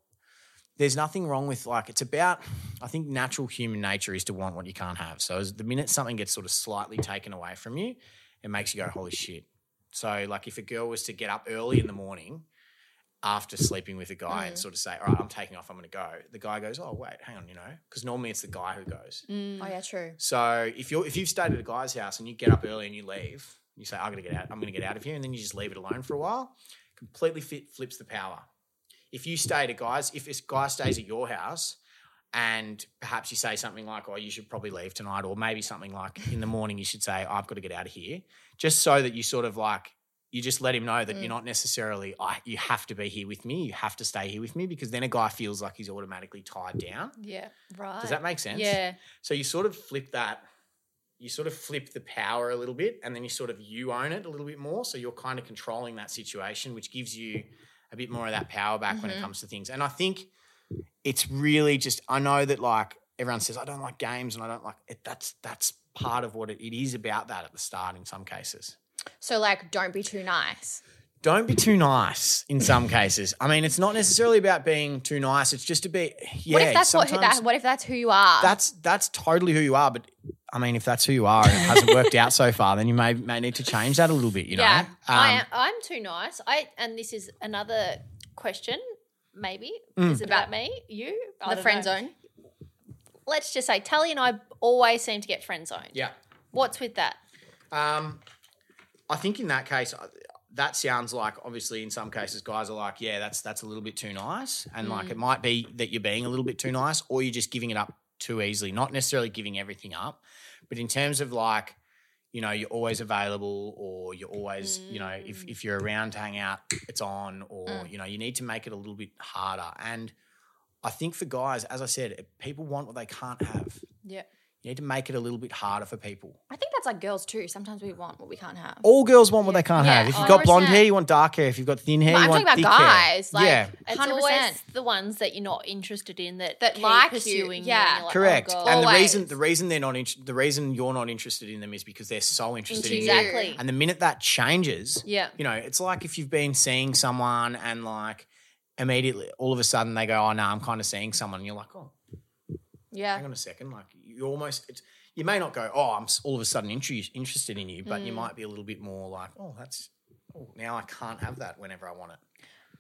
[SPEAKER 3] there's nothing wrong with like it's about i think natural human nature is to want what you can't have so as the minute something gets sort of slightly taken away from you it makes you go holy shit so like if a girl was to get up early in the morning after sleeping with a guy and sort of say all right i'm taking off i'm going to go the guy goes oh wait hang on you know because normally it's the guy who goes
[SPEAKER 1] Oh yeah, true.
[SPEAKER 3] so if you're if you've stayed at a guy's house and you get up early and you leave, you say, I'm gonna get out, I'm gonna get out of here, and then you just leave it alone for a while, completely fit, flips the power. If you stay at a guy's, if this guy stays at your house and perhaps you say something like, Oh, you should probably leave tonight, or maybe something like in the morning you should say, I've got to get out of here, just so that you sort of like you just let him know that
[SPEAKER 2] Mm.
[SPEAKER 3] you're not necessarily I you have to be here with me, you have to stay here with me, because then a guy feels like he's automatically tied down.
[SPEAKER 2] Yeah. Right.
[SPEAKER 3] Does that make sense?
[SPEAKER 2] Yeah.
[SPEAKER 3] So you sort of flip that. You sort of flip the power a little bit, and then you sort of you own it a little bit more. So you're kind of controlling that situation, which gives you a bit more of that power back when it
[SPEAKER 1] Mm-hmm.
[SPEAKER 3] comes to things. And I think it's really just I know that like everyone says I don't like games and I don't like it. That's that's part of what it, it is about that at the start in some cases.
[SPEAKER 1] So like, don't be too nice.
[SPEAKER 3] Don't be too nice in some cases. I mean, it's not necessarily about being too nice. It's just to be yeah.
[SPEAKER 1] What if that's what,
[SPEAKER 3] sometimes-
[SPEAKER 1] that, what if that's who you are?
[SPEAKER 3] that's that's totally who you are. But I mean, if that's who you are and it hasn't worked out so far, then you may may need to change that um, a little bit. You know,
[SPEAKER 1] Yeah,
[SPEAKER 2] I am, I'm too nice. I and this is another question. Maybe
[SPEAKER 3] Mm.
[SPEAKER 2] is it about me? You I
[SPEAKER 1] the
[SPEAKER 2] don't
[SPEAKER 1] friend
[SPEAKER 2] know.
[SPEAKER 1] zone.
[SPEAKER 2] Let's just say Tully and I always seem to get friend zoned.
[SPEAKER 3] yeah.
[SPEAKER 2] What's with that?
[SPEAKER 3] Um, I think in that case, I- that sounds like obviously in some cases guys are like, yeah, that's that's a little bit too nice, and like it might be that you're being a little bit too nice, or you're just giving it up too easily. Not necessarily giving everything up, but in terms of like. You know, you're always available, or you're always, you know, if, if you're around to hang out, it's on, or, you know, you need to make it a little bit harder. And I think for guys, as I said, people want what they can't have.
[SPEAKER 2] Yeah.
[SPEAKER 3] You need to make it a little bit harder for people.
[SPEAKER 1] I think that's like girls too. Sometimes we want what we can't have.
[SPEAKER 3] All girls want what they can't have. If you've got blonde
[SPEAKER 1] 100%.
[SPEAKER 3] hair, you want dark hair. If you've got thin hair,
[SPEAKER 1] But
[SPEAKER 3] you
[SPEAKER 1] I'm
[SPEAKER 3] want
[SPEAKER 1] talking about
[SPEAKER 3] thick hair.
[SPEAKER 1] guys. Like,
[SPEAKER 3] yeah,
[SPEAKER 2] It's
[SPEAKER 1] 100%.
[SPEAKER 2] always the ones that you're not interested in that
[SPEAKER 1] That
[SPEAKER 2] keep
[SPEAKER 1] like you,
[SPEAKER 2] pursuing
[SPEAKER 1] yeah.
[SPEAKER 2] you. and you're like,
[SPEAKER 3] correct.
[SPEAKER 2] oh, God.
[SPEAKER 3] and the
[SPEAKER 1] Always.
[SPEAKER 3] reason the reason they're not in, the reason you're not interested in them is because they're so interested in you.
[SPEAKER 2] Exactly.
[SPEAKER 3] And the minute that changes,
[SPEAKER 2] Yeah.
[SPEAKER 3] you know, it's like if you've been seeing someone and like immediately, all of a sudden they go, "Oh no, I'm kind of seeing someone," and you're like, "Oh, hang
[SPEAKER 1] Yeah.
[SPEAKER 3] on a second, like you almost it's, you may not go, oh, I'm s- all of a sudden intre- interested in you, but
[SPEAKER 1] Mm.
[SPEAKER 3] you might be a little bit more like, oh, that's oh, now I can't have that whenever I want it.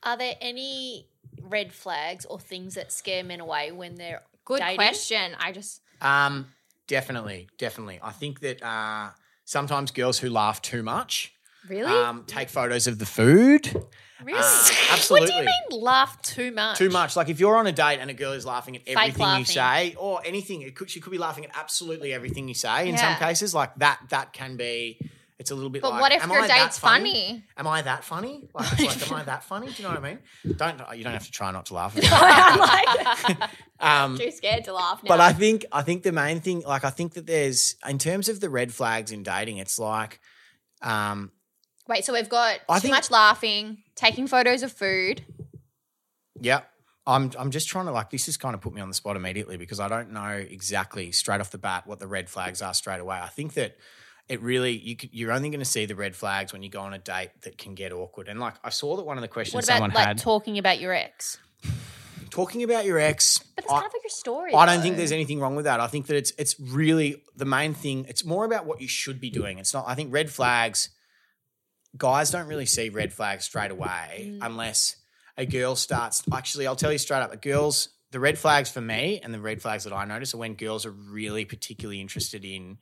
[SPEAKER 2] Are there any red flags or things that scare men away when they're
[SPEAKER 1] Good
[SPEAKER 2] dating?
[SPEAKER 1] question. I just
[SPEAKER 3] Um, definitely, definitely. I think that uh, sometimes girls who laugh too much
[SPEAKER 1] really.
[SPEAKER 3] um, take photos of the food.
[SPEAKER 2] Really?
[SPEAKER 3] Uh,
[SPEAKER 2] what do
[SPEAKER 3] absolutely.
[SPEAKER 2] you mean laugh too much?
[SPEAKER 3] Too much. Like if you're on a date and a girl is laughing at everything
[SPEAKER 2] laughing.
[SPEAKER 3] you say or anything, it could, she could be laughing at absolutely everything you say. In
[SPEAKER 1] Yeah.
[SPEAKER 3] some cases, like that, that can be. It's a little bit.
[SPEAKER 1] But
[SPEAKER 3] like,
[SPEAKER 1] what if
[SPEAKER 3] am
[SPEAKER 1] your
[SPEAKER 3] I that
[SPEAKER 1] date's funny?
[SPEAKER 3] Am I that funny? Like, it's like, am I that funny? Do you know what I mean? Don't you don't have to try not to laugh.
[SPEAKER 1] I'm like
[SPEAKER 3] Um,
[SPEAKER 1] too scared to laugh now.
[SPEAKER 3] But I think I think the main thing, like I think that there's in terms of the red flags in dating, it's like, um,
[SPEAKER 1] Wait, so we've got
[SPEAKER 3] I
[SPEAKER 1] too
[SPEAKER 3] think-
[SPEAKER 1] much laughing, taking photos of food.
[SPEAKER 3] yeah, I'm I'm just trying to like this has kind of put me on the spot immediately because I don't know exactly straight off the bat what the red flags are straight away. I think that it really you could, you're only going to see the red flags when you go on a date that can get awkward. And like I saw that one of the questions
[SPEAKER 2] What about
[SPEAKER 3] someone
[SPEAKER 2] like
[SPEAKER 3] had
[SPEAKER 2] talking about your ex?
[SPEAKER 3] talking about your ex.
[SPEAKER 2] But that's
[SPEAKER 3] I-
[SPEAKER 2] kind of like your story.
[SPEAKER 3] I don't
[SPEAKER 2] though.
[SPEAKER 3] think there's anything wrong with that. I think that it's it's really the main thing. It's more about what you should be doing. It's not. I think red flags. Guys don't really see red flags straight
[SPEAKER 2] Mm.
[SPEAKER 3] away unless a girl starts. Actually, I'll tell you straight up. A girl's the red flags for me and the red flags that I notice are when girls are really particularly interested in.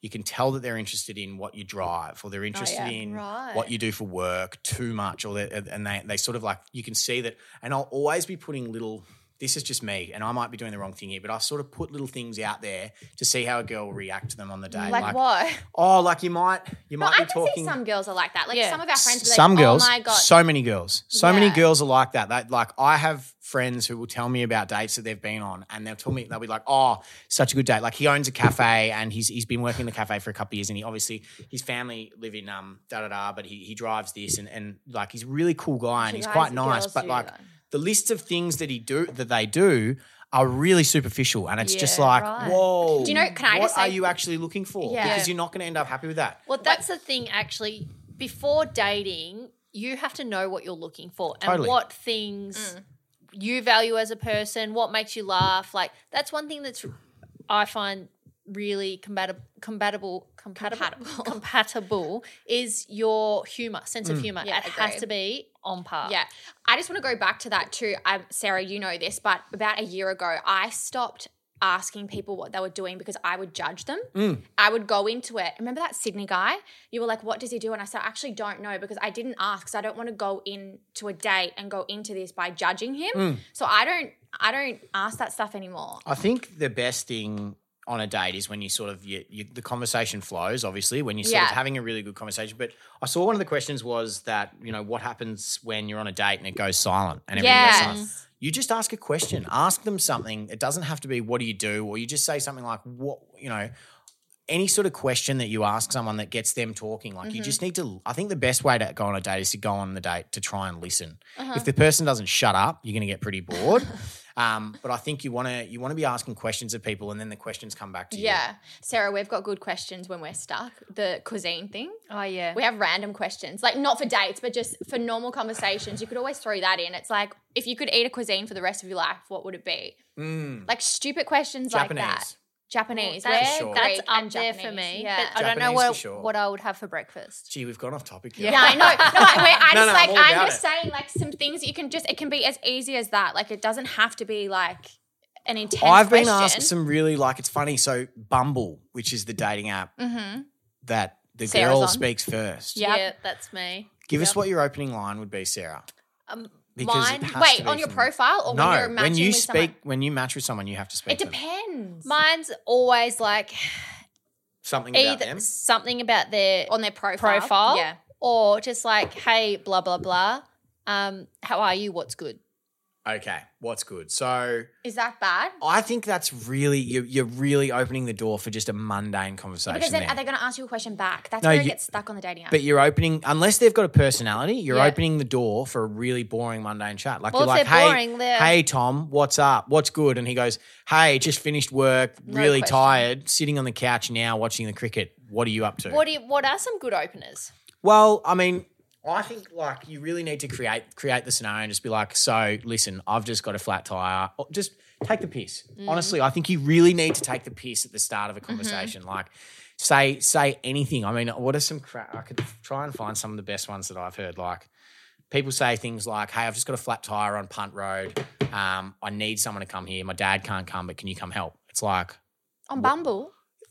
[SPEAKER 3] You can tell that they're interested in what you drive,
[SPEAKER 2] Oh,
[SPEAKER 3] or they're interested in what you do for work too much, or they, and they they sort of like you can see that. And I'll always be putting little this is just me and I might be doing the wrong thing here, but I sort of put little things out there to see how a girl will react to them on the day.
[SPEAKER 1] Like, what?
[SPEAKER 3] Oh, like you might you might
[SPEAKER 1] I
[SPEAKER 3] be
[SPEAKER 1] can
[SPEAKER 3] talking
[SPEAKER 1] see some girls are like that. Like
[SPEAKER 2] Yeah.
[SPEAKER 1] some of our friends, be like,
[SPEAKER 3] some girls,
[SPEAKER 1] Oh my god,
[SPEAKER 3] so many girls, so many
[SPEAKER 1] Yeah.
[SPEAKER 3] girls are like that. That like I have friends who will tell me about dates that they've been on, and they'll tell me they'll be like, "Oh, such a good date!" Like he owns a cafe, and he's he's been working in the cafe for a couple of years, and he obviously his family live in um da da da, but he he drives this, and and like he's a really cool guy, and he's
[SPEAKER 1] guys
[SPEAKER 3] quite
[SPEAKER 1] and
[SPEAKER 3] nice,
[SPEAKER 1] girls
[SPEAKER 3] but
[SPEAKER 1] do
[SPEAKER 3] like
[SPEAKER 1] that.
[SPEAKER 3] the list of things that he do that they do. Are really superficial, and it's just
[SPEAKER 2] Yeah,
[SPEAKER 3] like,
[SPEAKER 2] right.
[SPEAKER 3] whoa!
[SPEAKER 1] Do you know- can I
[SPEAKER 3] what
[SPEAKER 1] just say-
[SPEAKER 3] are you actually looking for?
[SPEAKER 1] Yeah.
[SPEAKER 3] Because you're not going to end up happy with that.
[SPEAKER 2] Well, that's the thing, actually. Before dating, you have to know what you're looking for and
[SPEAKER 3] Totally.
[SPEAKER 2] what things you value as a person, what makes you laugh. Like, that's one thing that's I find really compatible, compatible, compatible, compatible is your humor, sense of humor.
[SPEAKER 1] Yeah,
[SPEAKER 2] it has
[SPEAKER 1] agreed.
[SPEAKER 2] to be on par.
[SPEAKER 1] Yeah. I just want to go back to that too. Um, Sarah, you know this, but about a year ago, I stopped asking people what they were doing because I would judge them. I would go into it. Remember that Sydney guy? You were like, what does he do? And I said, I actually don't know because I didn't ask because I don't want to go into a date and go into this by judging him. So I don't I don't ask that stuff anymore.
[SPEAKER 3] I think the best thing on a date is when you sort of you, you, the conversation flows. Obviously, when you're sort of
[SPEAKER 1] Yeah.
[SPEAKER 3] having a really good conversation. But I saw one of the questions was that you know what happens when you're on a date and it goes silent and everything goes silent.
[SPEAKER 1] Yes.
[SPEAKER 3] You just ask a question, ask them something. It doesn't have to be what do you do, or you just say something like what you know. Any sort of question that you ask someone that gets them talking, like
[SPEAKER 1] Mm-hmm.
[SPEAKER 3] you just need to. I think the best way to go on a date is to go on the date to try and listen.
[SPEAKER 1] Uh-huh.
[SPEAKER 3] If the person doesn't shut up, you're going to get pretty bored. Um, but I think you want to you want to be asking questions of people, and then the questions come back to you.
[SPEAKER 1] Yeah. Sarah, we've got good questions when we're stuck. The cuisine thing.
[SPEAKER 2] Oh, yeah.
[SPEAKER 1] We have random questions, like not for dates, but just for normal conversations. You could always throw that in. It's like if you could eat a cuisine for the rest of your life, what would it be?
[SPEAKER 3] Mm.
[SPEAKER 1] Like stupid questions
[SPEAKER 3] Japanese.
[SPEAKER 1] like that. Japanese.
[SPEAKER 2] That's,
[SPEAKER 1] We're
[SPEAKER 3] sure.
[SPEAKER 2] that's
[SPEAKER 1] Greek
[SPEAKER 2] up
[SPEAKER 1] and
[SPEAKER 2] there for
[SPEAKER 1] Japanese.
[SPEAKER 2] me.
[SPEAKER 1] Yeah.
[SPEAKER 2] But I don't know
[SPEAKER 3] Japanese for
[SPEAKER 2] what,
[SPEAKER 3] sure.
[SPEAKER 2] what I would have for breakfast.
[SPEAKER 3] Gee, we've gone off topic.
[SPEAKER 2] Yeah.
[SPEAKER 1] yeah, I know. No, I, wait, I just
[SPEAKER 3] No, no,
[SPEAKER 1] like
[SPEAKER 3] I'm all
[SPEAKER 1] I'm
[SPEAKER 3] about
[SPEAKER 1] just
[SPEAKER 3] it.
[SPEAKER 1] saying like some things that you can just it can be as easy as that. Like it doesn't have to be like an intense.
[SPEAKER 3] I've been
[SPEAKER 1] question.
[SPEAKER 3] asked some really like it's funny. So Bumble, which is the dating app that
[SPEAKER 1] Mm-hmm.
[SPEAKER 3] the
[SPEAKER 1] Sarah's
[SPEAKER 3] girl
[SPEAKER 1] on.
[SPEAKER 3] speaks first.
[SPEAKER 1] Yep.
[SPEAKER 2] Yeah, that's me.
[SPEAKER 3] Give us what your opening line would be, Sarah.
[SPEAKER 2] Um,
[SPEAKER 3] Because it
[SPEAKER 2] mine-
[SPEAKER 3] has to
[SPEAKER 1] Wait
[SPEAKER 3] be
[SPEAKER 1] on your
[SPEAKER 3] from-
[SPEAKER 1] profile or when
[SPEAKER 3] No,
[SPEAKER 1] you're
[SPEAKER 3] when,
[SPEAKER 1] matching
[SPEAKER 3] you
[SPEAKER 1] with
[SPEAKER 3] speak,
[SPEAKER 1] someone?
[SPEAKER 3] when you match with someone, you have to speak.
[SPEAKER 1] It
[SPEAKER 3] to them.
[SPEAKER 1] depends
[SPEAKER 2] Mine's always like
[SPEAKER 3] Something about
[SPEAKER 2] either
[SPEAKER 3] them.
[SPEAKER 2] something about their
[SPEAKER 1] on their profile.
[SPEAKER 2] profile,
[SPEAKER 1] Yeah.
[SPEAKER 2] or just like, hey, blah blah blah. Um, how are you? What's good?
[SPEAKER 3] Okay, what's good? So
[SPEAKER 1] Is that bad?
[SPEAKER 3] I think that's really you're, you're really opening the door for just a mundane conversation.
[SPEAKER 1] Because then
[SPEAKER 3] there.
[SPEAKER 1] are they going to ask you a question back? That's
[SPEAKER 3] No,
[SPEAKER 1] where it
[SPEAKER 3] you-
[SPEAKER 1] gets stuck on the dating app.
[SPEAKER 3] But you're opening, unless they've got a personality, you're
[SPEAKER 2] Yeah.
[SPEAKER 3] opening the door for a really boring, mundane chat. Like
[SPEAKER 2] Well,
[SPEAKER 3] you're
[SPEAKER 2] if
[SPEAKER 3] like,
[SPEAKER 2] they're
[SPEAKER 3] hey,
[SPEAKER 2] boring, they're-
[SPEAKER 3] hey, Tom, what's up? What's good? And he goes, hey, just finished work, really
[SPEAKER 2] question.
[SPEAKER 3] tired, sitting on the couch now watching the cricket. What are you up to?
[SPEAKER 2] What do you, what are some good openers?
[SPEAKER 3] well, I mean, I think like you really need to create create the scenario and just be like, so listen, I've just got a flat tire. Or Just take the piss. Honestly, I think you really need to take the piss at the start of a conversation. Like. Say say anything. I mean, what are some? Cra- I could try and find some of the best ones that I've heard. Like, people say things like, "Hey, I've just got a flat tire on Punt Road. Um, I need someone to come here. My dad can't come, but can you come help?" It's like
[SPEAKER 2] On Bumble,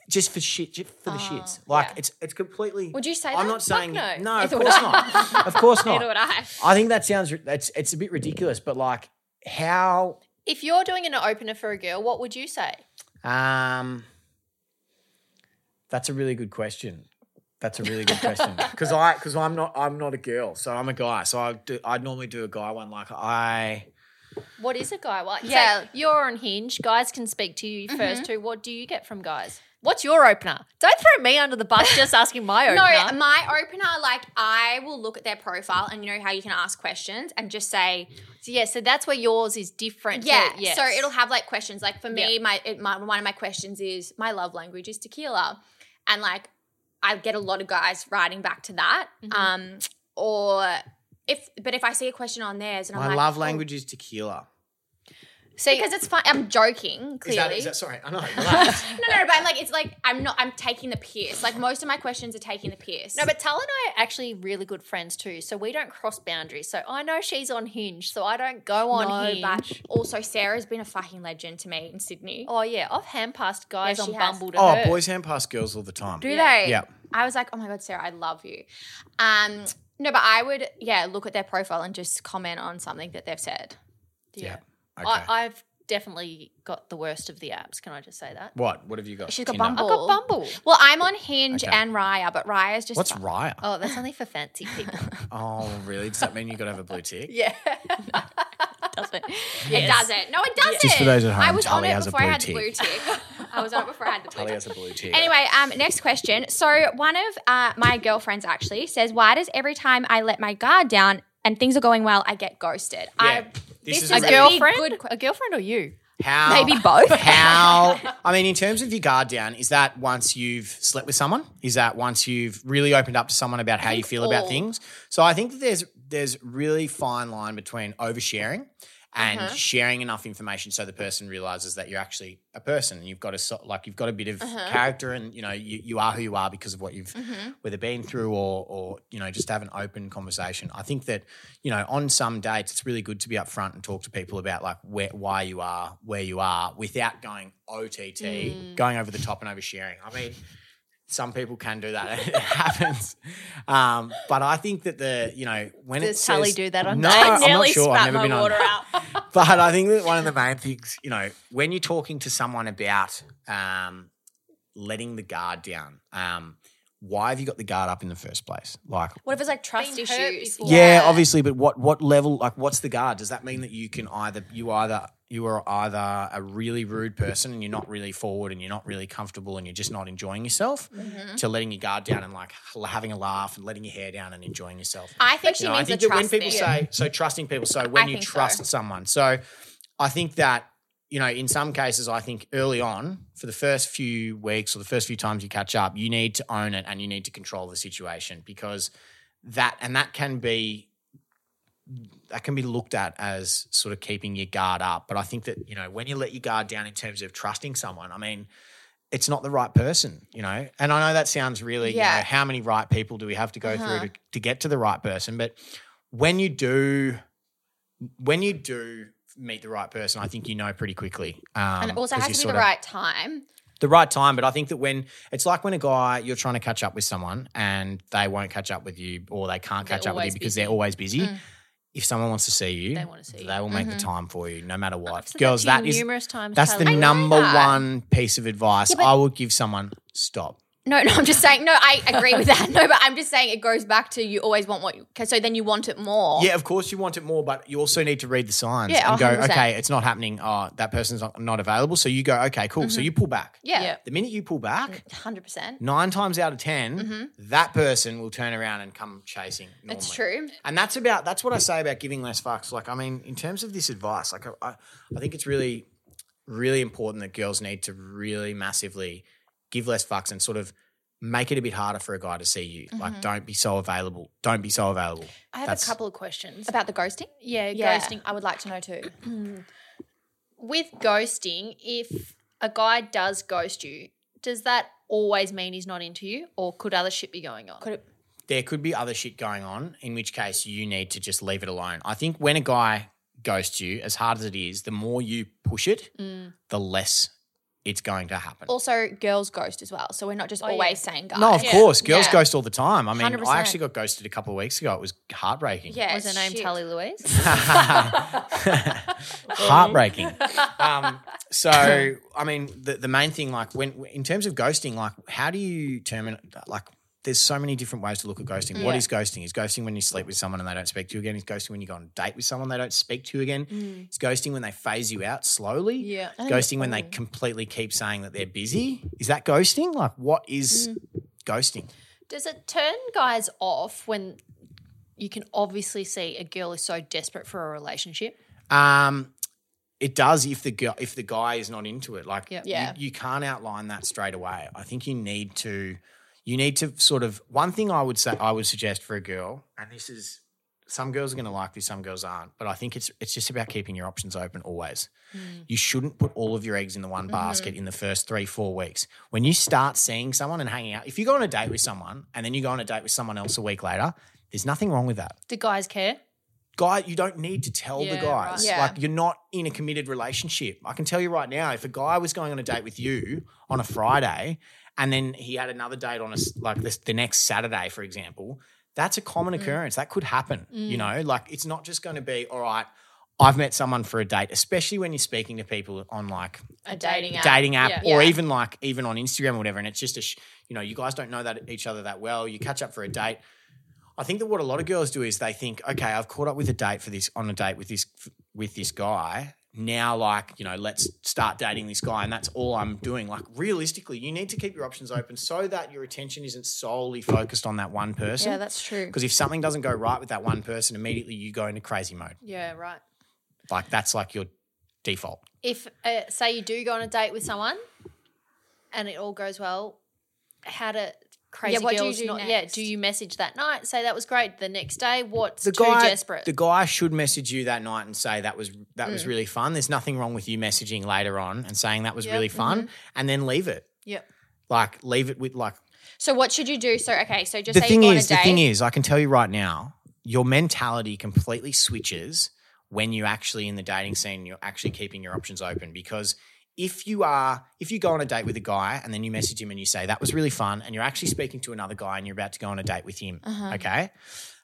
[SPEAKER 3] just for shit, just for the shits. Like it's it's completely.
[SPEAKER 1] Oh, Would you say
[SPEAKER 3] I'm
[SPEAKER 1] that?
[SPEAKER 3] not saying
[SPEAKER 2] no.
[SPEAKER 3] no. of
[SPEAKER 1] Neither would
[SPEAKER 3] course
[SPEAKER 1] I.
[SPEAKER 3] not. Of course
[SPEAKER 1] Neither would
[SPEAKER 3] not.
[SPEAKER 1] I.
[SPEAKER 3] I think that sounds that's it's a bit ridiculous, but like how
[SPEAKER 2] if you're doing an opener for a girl, what would you say?
[SPEAKER 3] um. That's a really good question. That's a really good question because I because I'm not I'm not a girl, so I'm a guy. So I do, I'd normally do a guy one like I.
[SPEAKER 2] What is a guy like?
[SPEAKER 1] Yeah. Mm-hmm.
[SPEAKER 2] Yeah, you're on Hinge. Guys can speak to you first. Too. What do you get from guys? What's your opener? Don't throw me under the bus just asking my opener.
[SPEAKER 1] No, um, my opener, like I will look at their profile and you know how you can ask questions and just say,
[SPEAKER 2] So, yeah, so that's where yours is different. to-
[SPEAKER 1] yeah.
[SPEAKER 2] yes.
[SPEAKER 1] So it'll have like questions. Like for me,
[SPEAKER 2] Yeah.
[SPEAKER 1] my, it, my one of my questions is my love language is tequila, and like I get a lot of guys writing back to that.
[SPEAKER 2] Mm-hmm.
[SPEAKER 1] Um, or if but if I see a question on theirs and I'm
[SPEAKER 3] My
[SPEAKER 1] like,
[SPEAKER 3] love
[SPEAKER 1] oh,
[SPEAKER 3] language is tequila.
[SPEAKER 2] See,
[SPEAKER 1] because it's fun. I'm joking
[SPEAKER 3] Is
[SPEAKER 1] clearly.
[SPEAKER 3] that, is that sorry? I know. relax.
[SPEAKER 1] No, no, but I'm like, it's like I'm not. I'm taking the piss. Like most of my questions are taking the piss.
[SPEAKER 2] No, but Tal and I are actually really good friends too, so we don't cross boundaries. So I know she's on Hinge, so I don't go on
[SPEAKER 1] no,
[SPEAKER 2] Hinge.
[SPEAKER 1] but also Sarah's been a fucking legend to me in Sydney.
[SPEAKER 2] oh yeah, I've hand passed guys
[SPEAKER 1] Yeah, she
[SPEAKER 2] on
[SPEAKER 1] has.
[SPEAKER 2] Bumble to
[SPEAKER 3] oh,
[SPEAKER 2] her.
[SPEAKER 3] boys hand pass girls all the time.
[SPEAKER 1] Do they?
[SPEAKER 3] Yeah.
[SPEAKER 1] I was like, oh my god, Sarah, I love you. Um, no, but I would, yeah, look at their profile and just comment on something that they've said.
[SPEAKER 3] Yeah. Okay.
[SPEAKER 2] I, I've definitely got the worst of the apps. Can I just say that?
[SPEAKER 3] what? What have you got?
[SPEAKER 1] She's got
[SPEAKER 3] Tinder?
[SPEAKER 1] Bumble.
[SPEAKER 2] I've got Bumble.
[SPEAKER 1] Well, I'm on Hinge
[SPEAKER 3] Okay.
[SPEAKER 1] and Raya, but Raya's just
[SPEAKER 3] What's Raya? Oh.
[SPEAKER 2] Oh, that's only for fancy people.
[SPEAKER 3] really? Does that mean you got to have a blue tick?
[SPEAKER 1] Yeah. doesn't. It doesn't. No, it doesn't.
[SPEAKER 3] Just for those at
[SPEAKER 1] I
[SPEAKER 3] home,
[SPEAKER 1] was
[SPEAKER 3] Tully
[SPEAKER 1] on it
[SPEAKER 3] has a
[SPEAKER 1] before I
[SPEAKER 3] blue
[SPEAKER 1] had the
[SPEAKER 3] tick.
[SPEAKER 1] blue tick. I was on it before I had the blue
[SPEAKER 3] Tully
[SPEAKER 1] tick.
[SPEAKER 3] has a blue tick.
[SPEAKER 1] Anyway, um, next question. So one of uh, my girlfriends actually says, "Why does every time I let my guard down and things are going well, I get ghosted?" I,
[SPEAKER 3] Yeah. This is
[SPEAKER 1] a
[SPEAKER 3] a
[SPEAKER 2] a
[SPEAKER 3] really
[SPEAKER 1] big
[SPEAKER 2] girlfriend?
[SPEAKER 1] good que-
[SPEAKER 2] a girlfriend or you?
[SPEAKER 3] How?
[SPEAKER 1] Maybe both.
[SPEAKER 3] How? I mean, in terms of your guard down, is that once you've slept with someone? Is that once you've really opened up to someone about how you feel about
[SPEAKER 2] all.
[SPEAKER 3] things? So I think that there's there's really fine line between oversharing and
[SPEAKER 1] Uh-huh.
[SPEAKER 3] sharing enough information so the person realizes that you're actually a person and you've got a so- like you've got a bit of
[SPEAKER 2] Uh-huh.
[SPEAKER 3] character and you know you, you are who you are because of what you've
[SPEAKER 2] Mm-hmm.
[SPEAKER 3] whether been through or or you know just have an open conversation i think that you know on some dates it's really good to be upfront and talk to people about like where why you are where you are without going ott
[SPEAKER 2] Mm.
[SPEAKER 3] going over the top and oversharing i mean some people can do that. It happens, um, but I think that the you know when
[SPEAKER 2] Does
[SPEAKER 3] it's
[SPEAKER 2] Tully do that on
[SPEAKER 3] no,
[SPEAKER 2] dates?
[SPEAKER 3] I'm not
[SPEAKER 1] nearly
[SPEAKER 3] sure.
[SPEAKER 1] spat
[SPEAKER 3] I've never
[SPEAKER 1] my
[SPEAKER 3] been on
[SPEAKER 1] water
[SPEAKER 3] that
[SPEAKER 1] out.
[SPEAKER 3] but I think that one of the main things, you know, when you're talking to someone about um, letting the guard down, um, why have you got the guard up in the first place? Like,
[SPEAKER 1] What if it's like trust
[SPEAKER 2] Been
[SPEAKER 1] issues?
[SPEAKER 2] hurt before.
[SPEAKER 3] yeah, obviously, but what what level? Like, what's the guard? Does that mean that you can either you either you are either a really rude person and you're not really forward and you're not really comfortable and you're just not enjoying yourself, to letting your guard down and like having a laugh and letting your hair down and enjoying yourself.
[SPEAKER 1] I think she
[SPEAKER 3] You know, I
[SPEAKER 1] needs a
[SPEAKER 3] think
[SPEAKER 1] trust
[SPEAKER 3] that when people
[SPEAKER 1] thing.
[SPEAKER 3] say so trusting people, so when you
[SPEAKER 1] think so.
[SPEAKER 3] trust someone, so I think that you know in some cases, I think early on for the first few weeks or the first few times you catch up, you need to own it and you need to control the situation because that and that can be that can be looked at as sort of keeping your guard up. But I think that you know when you let your guard down in terms of trusting someone, I mean. It's not the right person, you know. And I know that sounds really, you
[SPEAKER 1] Yeah. Uh-huh.
[SPEAKER 3] know, how many right people do we have to go through to, to get to the right person? But when you do when you do meet the right person, I think you know pretty quickly. Um,
[SPEAKER 1] and it also
[SPEAKER 3] 'cause
[SPEAKER 1] has
[SPEAKER 3] you
[SPEAKER 1] to be the
[SPEAKER 3] sort of-
[SPEAKER 1] right time.
[SPEAKER 3] the right time. But I think that when it's like when a guy you're trying to catch up with someone and they won't catch up with you or they can't catch up with you
[SPEAKER 2] always
[SPEAKER 3] because
[SPEAKER 2] busy. Mm.
[SPEAKER 3] they're always busy. If someone wants to see you,
[SPEAKER 2] They wanna see you. Mm-hmm.
[SPEAKER 3] they will make the time for you, no matter what.
[SPEAKER 2] I've said
[SPEAKER 3] Girls,
[SPEAKER 2] that
[SPEAKER 3] that
[SPEAKER 2] to you
[SPEAKER 3] is
[SPEAKER 2] numerous times.
[SPEAKER 3] that's the
[SPEAKER 2] Charlie.
[SPEAKER 3] number
[SPEAKER 1] that.
[SPEAKER 3] one piece of advice I will give someone. Stop.
[SPEAKER 1] No, no, I'm just saying. No, I agree with that. No, but I'm just saying it goes back to you always want what you. 'cause So then you want it more.
[SPEAKER 3] Yeah, of course you want it more, but you also need to read the signs
[SPEAKER 1] Yeah,
[SPEAKER 3] and go,
[SPEAKER 1] 100%.
[SPEAKER 3] okay, it's not happening. Oh, that person's not, not available. So you go, okay, cool.
[SPEAKER 2] Mm-hmm.
[SPEAKER 3] So you pull back.
[SPEAKER 1] yeah,
[SPEAKER 3] The minute you pull back,
[SPEAKER 1] hundred percent. Mm-hmm.
[SPEAKER 3] nine times out of 10 that person will turn around and come chasing. Normally.
[SPEAKER 1] It's true.
[SPEAKER 3] And that's about that's what I say about giving less fucks. Like, I mean, in terms of this advice, like, I, I, I think it's really, really important that girls need to really massively give less fucks and sort of make it a bit harder for a guy to see you.
[SPEAKER 1] Mm-hmm.
[SPEAKER 3] Like, don't be so available. Don't be so available.
[SPEAKER 2] I have
[SPEAKER 3] That's-
[SPEAKER 2] a couple of questions.
[SPEAKER 1] About the ghosting?
[SPEAKER 2] Yeah, ghosting.
[SPEAKER 1] I would like to know too.
[SPEAKER 2] With ghosting, if a guy does ghost you, does that always mean he's not into you, or could other shit be going on?
[SPEAKER 1] Could it,
[SPEAKER 3] there could be other shit going on, in which case you need to just leave it alone. I think when a guy ghosts you, as hard as it is, the more you push it,
[SPEAKER 1] Mm.
[SPEAKER 3] the less it's going to happen.
[SPEAKER 1] also, girls ghost as well. So we're not just always saying guys.
[SPEAKER 3] no, of
[SPEAKER 1] yeah.
[SPEAKER 3] course, girls
[SPEAKER 1] Yeah.
[SPEAKER 3] ghost all the time. I mean, I
[SPEAKER 1] 100%.
[SPEAKER 3] actually got ghosted a couple of weeks ago. It was heartbreaking.
[SPEAKER 1] Yeah,
[SPEAKER 2] Was her name
[SPEAKER 1] shit.
[SPEAKER 2] Tully Louise?
[SPEAKER 3] heartbreaking. um, so, I mean, the, the main thing, like, when in terms of ghosting, like, how do you terminate? Like, there's so many different ways to look at ghosting. What is ghosting? Is ghosting when you sleep with someone and they don't speak to you again? Is ghosting when you go on a date with someone they don't speak to you again? Is ghosting when they phase you out slowly?
[SPEAKER 2] Yeah.
[SPEAKER 3] Is ghosting when they completely keep saying that they're busy? Is that ghosting? Like, what is ghosting?
[SPEAKER 2] Does it turn guys off when you can obviously see a girl is so desperate for a relationship?
[SPEAKER 3] Um, it does if the gu- if the guy is not into it. Like
[SPEAKER 2] Yep.
[SPEAKER 3] you-
[SPEAKER 1] Yeah.
[SPEAKER 3] you, can't outline that straight away. I think you need to you need to sort of one thing I would say I would suggest for a girl, and this is some girls are going to like this, some girls aren't, but I think it's it's just about keeping your options open always. You shouldn't put all of your eggs in the one basket in the first three four weeks. When you start seeing someone and hanging out, if you go on a date with someone and then you go on a date with someone else a week later, there's nothing wrong with that
[SPEAKER 2] Do guys care?
[SPEAKER 3] guy you don't need to tell the
[SPEAKER 2] Yeah,
[SPEAKER 3] guys
[SPEAKER 1] right. Yeah.
[SPEAKER 3] like you're not in a committed relationship i can tell you right now if a guy was going on a date with you on a friday and then he had another date on a s- like this, the next saturday for example that's a common occurrence that could happen you know like it's not just going to be all right I've met someone for a date, especially when you're speaking to people on like
[SPEAKER 1] A dating app.
[SPEAKER 3] dating app
[SPEAKER 2] Yeah.
[SPEAKER 3] or
[SPEAKER 1] Yeah.
[SPEAKER 3] even like even on Instagram or whatever. And it's just a, sh- you know, you guys don't know that each other that well. You catch up for a date. I think that what a lot of girls do is they think, okay, I've caught up with a date for this on a date with this with this guy. Now, like you know, let's start dating this guy, and that's all I'm doing. Like realistically, you need to keep your options open so that your attention isn't solely focused on that one person.
[SPEAKER 1] Yeah, that's true.
[SPEAKER 3] because if something doesn't go right with that one person, immediately you go into crazy mode.
[SPEAKER 2] Yeah, right.
[SPEAKER 3] Like that's like your default.
[SPEAKER 2] If uh, say you do go on a date with someone, and it all goes well, how to crazy
[SPEAKER 1] Yeah, what do you
[SPEAKER 2] girls
[SPEAKER 1] do
[SPEAKER 2] not? Yeah,
[SPEAKER 1] next?
[SPEAKER 2] do you message that night? Say that was great. The next day, what's
[SPEAKER 3] the
[SPEAKER 2] too
[SPEAKER 3] guy,
[SPEAKER 2] desperate?
[SPEAKER 3] the guy should message you that night and say that was that
[SPEAKER 1] Hmm.
[SPEAKER 3] was really fun. There's nothing wrong with you messaging later on and saying that was really
[SPEAKER 1] mm-hmm.
[SPEAKER 3] fun, and then leave it.
[SPEAKER 2] yep.
[SPEAKER 3] Like leave it with like
[SPEAKER 1] So what should you do? So okay, so just
[SPEAKER 3] the
[SPEAKER 1] say
[SPEAKER 3] thing
[SPEAKER 1] you go
[SPEAKER 3] is.
[SPEAKER 1] on
[SPEAKER 3] The
[SPEAKER 1] a date.
[SPEAKER 3] thing is, I can tell you right now, your mentality completely switches when you're actually in the dating scene. You're actually keeping your options open because. If you are, if you go on a date with a guy and then you message him and you say that was really fun, and you're actually speaking to another guy and you're about to go on a date with him,
[SPEAKER 1] Uh-huh.
[SPEAKER 3] okay,